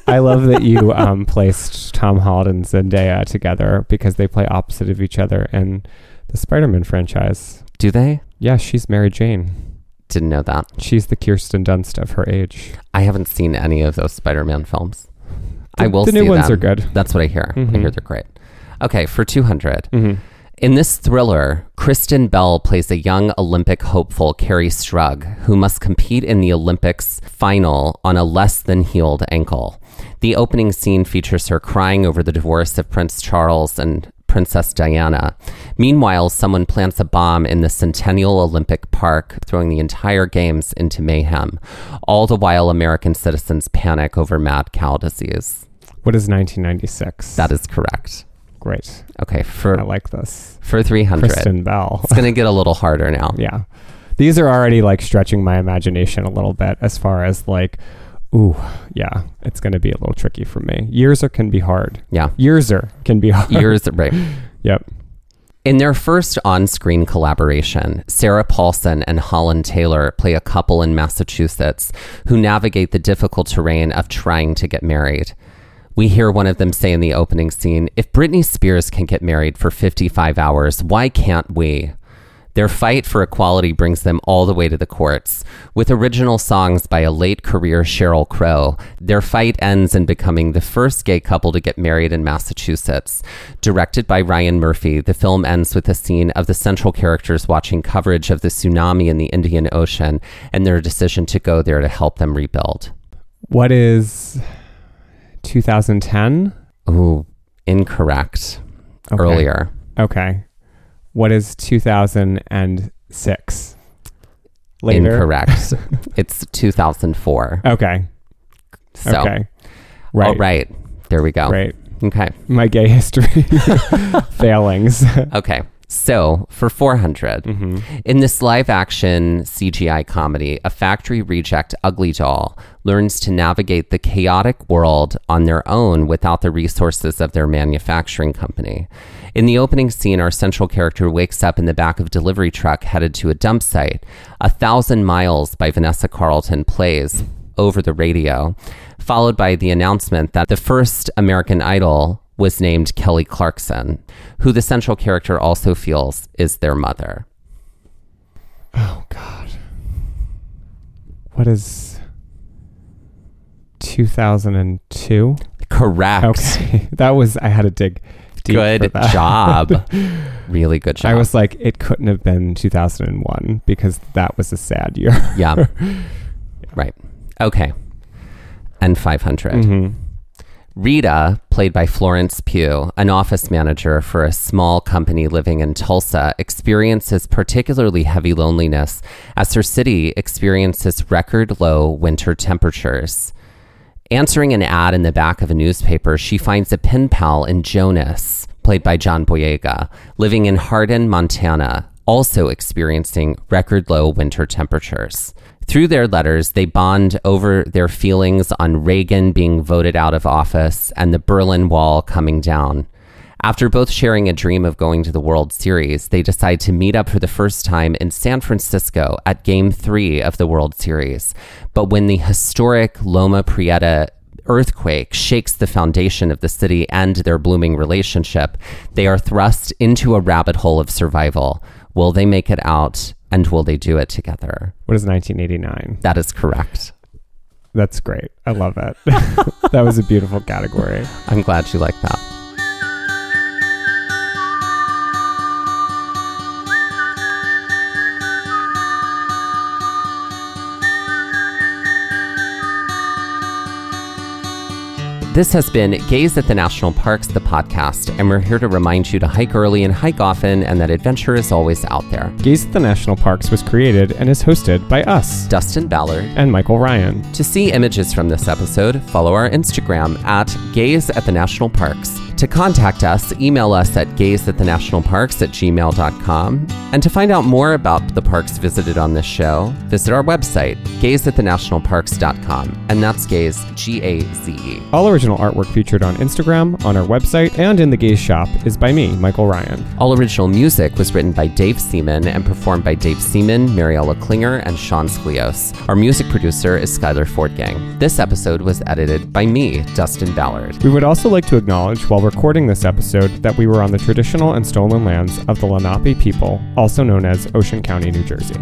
Speaker 1: I love that you um, placed Tom Holland and Zendaya together because they play opposite of each other in the Spider Man franchise.
Speaker 2: Do they?
Speaker 1: Yeah, she's Mary Jane.
Speaker 2: Didn't know that.
Speaker 1: She's the Kirsten Dunst of her age.
Speaker 2: I haven't seen any of those Spider-Man films. I
Speaker 1: The-
Speaker 2: will.
Speaker 1: the new
Speaker 2: see
Speaker 1: ones
Speaker 2: them.
Speaker 1: are good. Mm-hmm.
Speaker 2: That's what I hear. I hear they're great. Okay, for two In this thriller, Kristen Bell plays a young Olympic hopeful, Carrie Strug, who must compete in the Olympics final on a less than healed ankle. The opening scene features her crying over the divorce of Prince Charles and Princess Diana. Meanwhile, someone plants a bomb in the Centennial Olympic Park, throwing the entire Games into mayhem. All the while, American citizens panic over mad cow disease.
Speaker 1: What is 1996?
Speaker 2: That is correct.
Speaker 1: great.
Speaker 2: Okay,
Speaker 1: I
Speaker 2: for,
Speaker 1: like this.
Speaker 2: for 300.
Speaker 1: Kristen Bell.
Speaker 2: It's going to get a little harder now.
Speaker 1: yeah. These are already like stretching my imagination a little bit as far as like, ooh, yeah, it's going to be a little tricky for me. Years are can be hard.
Speaker 2: Yeah.
Speaker 1: Years are can be hard.
Speaker 2: Years, right.
Speaker 1: Yep.
Speaker 2: In their first on screen collaboration, Sarah Paulson and Holland Taylor play a couple in Massachusetts who navigate the difficult terrain of trying to get married. We hear one of them say in the opening scene If Britney Spears can get married for 55 hours, why can't we? Their fight for equality brings them all the way to the courts. With original songs by a late career Cheryl Crow, their fight ends in becoming the first gay couple to get married in Massachusetts. Directed by Ryan Murphy, the film ends with a scene of the central characters watching coverage of the tsunami in the Indian Ocean and their decision to go there to help them rebuild.
Speaker 1: What is 2010?
Speaker 2: Ooh, incorrect.
Speaker 1: Okay.
Speaker 2: Earlier.
Speaker 1: Okay. What is 2006? Later.
Speaker 2: Incorrect. it's 2004.
Speaker 1: Okay.
Speaker 2: So,
Speaker 1: okay.
Speaker 2: right.
Speaker 1: Right.
Speaker 2: all right. There we go.
Speaker 1: Right.
Speaker 2: Okay.
Speaker 1: My gay history failings.
Speaker 2: Okay. So, for 400, in this live action CGI comedy, a factory reject Ugly Doll learns to navigate the chaotic world on their own without the resources of their manufacturing company. In the opening scene, our central character wakes up in the back of a delivery truck headed to a dump site. A Thousand Miles by Vanessa Carlton plays over the radio, followed by the announcement that the first American Idol was named Kelly Clarkson, who the central character also feels is their mother.
Speaker 1: Oh God. What is 2002?
Speaker 2: Correct.
Speaker 1: Okay, that was I had to dig. Deep for
Speaker 2: Good
Speaker 1: that.
Speaker 2: job. really good job.
Speaker 1: I was like, it couldn't have been 2001 because that was a sad year.
Speaker 2: yeah. right. Okay. And 500.
Speaker 1: Mm-hmm.
Speaker 2: Rita, played by Florence Pugh, an office manager for a small company living in Tulsa, experiences particularly heavy loneliness as her city experiences record low winter temperatures. Answering an ad in the back of a newspaper, she finds a pen pal in Jonas, played by John Boyega, living in Hardin, Montana, also experiencing record low winter temperatures. Through their letters, they bond over their feelings on Reagan being voted out of office and the Berlin Wall coming down. After both sharing a dream of going to the World Series, they decide to meet up for the first time in San Francisco at Game 3 of the World Series. But when the historic Loma Prieta earthquake shakes the foundation of the city and their blooming relationship, they are thrust into a rabbit hole of survival. Will they make it out and will they do it together?
Speaker 1: What is 1989?
Speaker 2: That is correct.
Speaker 1: That's great. I love it. that was a beautiful category.
Speaker 2: I'm glad you like that. This has been Gaze at the National Parks, the podcast, and we're here to remind you to hike early and hike often, and that adventure is always out there.
Speaker 1: Gaze at the National Parks was created and is hosted by us
Speaker 2: Dustin Ballard.
Speaker 1: and Michael Ryan.
Speaker 2: To see images from this episode, follow our Instagram at Gaze at the National Parks. To contact us, email us at gaze at the national parks at gmail.com. And to find out more about the parks visited on this show, visit our website, gaze at the national parks.com. And that's gaze, G A Z E.
Speaker 1: All original artwork featured on Instagram, on our website, and in the Gaze Shop is by me, Michael Ryan.
Speaker 2: All original music was written by Dave Seaman and performed by Dave Seaman, Mariella Klinger, and Sean Sklios. Our music producer is Skylar Fordgang. This episode was edited by me, Dustin Ballard.
Speaker 1: We would also like to acknowledge while recording this episode that we were on the traditional and stolen lands of the Lenape people, also known as Ocean County, New Jersey.